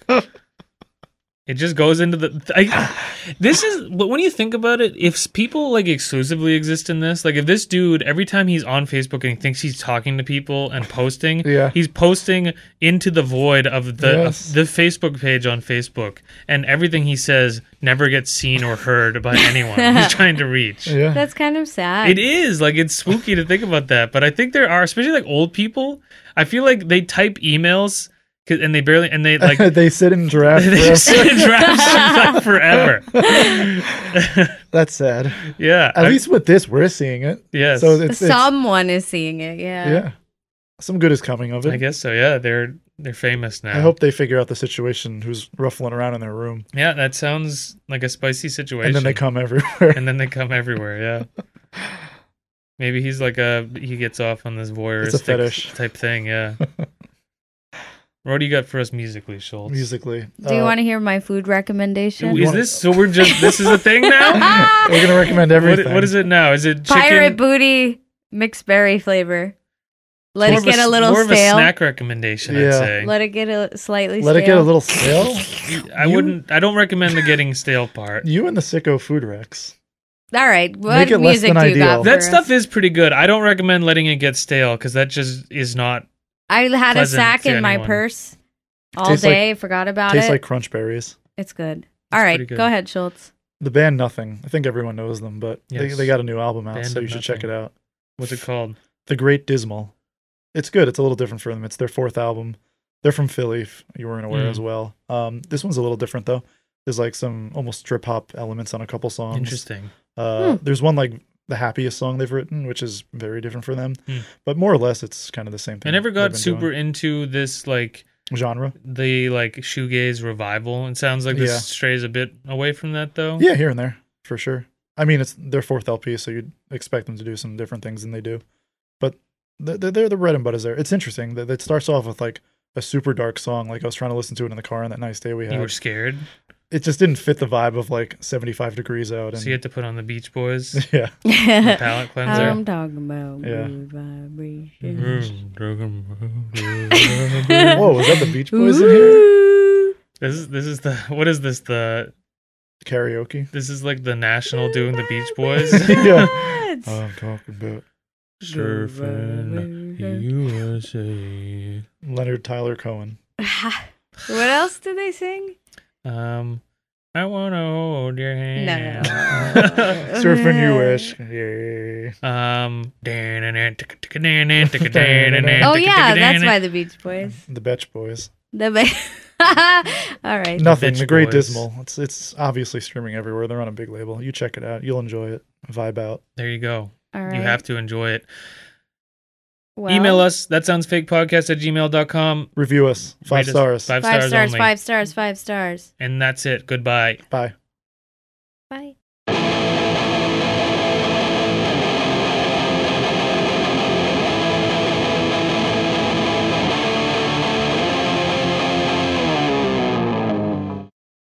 It just goes into the. I, this is. But when you think about it, if s- people like exclusively exist in this, like if this dude, every time he's on Facebook and he thinks he's talking to people and posting,
Yeah.
he's posting into the void of the,
Yes.
of the Facebook page on Facebook. And everything he says never gets seen or heard by anyone he's trying to reach.
Yeah.
That's kind of sad.
It is like it's spooky to think about that, but I think there are, especially like old people. I feel like they type emails 'cause- and they barely and they like
they sit in draft.
they
forever.
just sit in drafts and type forever.
That's sad.
Yeah,
At
I-
least with this, we're seeing it.
yes.
So it's, it's
Someone is seeing it. Yeah.
yeah, some good is coming of
I
it.
guess so. Yeah, they're they're famous now.
I hope they figure out the situation. Who's ruffling around in their room,
Yeah, that sounds like a spicy situation.
and then they come everywhere.
And then they come everywhere. Yeah. Maybe he's like a he gets off on this voyeuristic
fetish.
type thing. Yeah. what do you got for us musically, Schultz?
musically. Uh,
Do you want to hear my food recommendation?
Is
wanna-
this so? We're just this is a thing now.
Ah!
We're gonna recommend
what,
everything.
what is it now? Is it chicken?
Pirate booty mixed berry flavor. Let
More
it
of
get a,
s-
little
more of a
stale.
snack recommendation. I'd
Yeah.
say.
Let it get a slightly
Let
stale.
it get a little stale.
I
you-
wouldn't. I don't recommend the getting stale part.
You and the sicko food wrecks.
All right. What
Make it less
music
than
do you
ideal.
got?
That
for
stuff
us?
is pretty good. I don't recommend letting it get stale because that just is not.
I had a
pleasant
sack
to
in my
anyone.
purse all
Tastes like-
day. forgot about
Tastes
it.
like crunch berries.
it's good.
It's
All
pretty
right.
good.
Go ahead, Schultz.
The band Nothing. I think everyone knows them, but they,
Yes.
they got a new album out,
Band
so
of
you should check it
Nothing.
out.
What's it called?
The Great Dismal. It's good. It's a little different for them. It's their fourth album. They're from Philly, if you weren't aware
Mm.
as well. Um, this one's a little different though. There's like some almost strip hop elements on a couple songs.
Interesting.
Uh, There's one like the happiest song they've written, which is very different for them.
Hmm.
But more or less, it's kind of the same thing.
I never
they've
got
been
super
doing.
into this like
genre.
the like shoegaze revival. It sounds like this
Yeah.
strays a bit away from that though.
Yeah, here and there for sure. I mean, it's their fourth LP, so you'd expect them to do some different things than they do. But th- th- they're the bread and butters there. It's interesting that that it starts off with like a super dark song. Like I was trying to listen to it in the car on that nice day we had.
You were scared,
it just didn't fit the vibe of like 75 degrees out and
so you had to put on the Beach Boys
yeah
the palate cleanser.
I'm talking about
Yeah.
good
Mm-hmm.
vibrations.
Mm, this
whoa was that the beach boys in here
Ooh.
is this is the what is this the
karaoke
this is like the national doing the Beach Boys Uh,
Yeah.
What?
i'm talking about
USA.
leonard tyler cohen
what else do they sing?
Um, I wanna hold your
No, no,
hand.
no.
surfing you wish Uh, yeah
um,
Oh
oh
yeah, that's why the Beach Boys.
the betch boys
The ba- All right.
nothing
Betch
the great
Boys.
dismal it's it's obviously streaming everywhere they're on a big label you check it out you'll enjoy it vibe out
There you go.
All right.
You have to enjoy it.
Well,
Email us. That sounds fake podcast at gmail.com.
review us
Rate
five
us
stars
Five,
Five
stars,
stars,
only.
five stars, five stars.
And that's it. Goodbye.
bye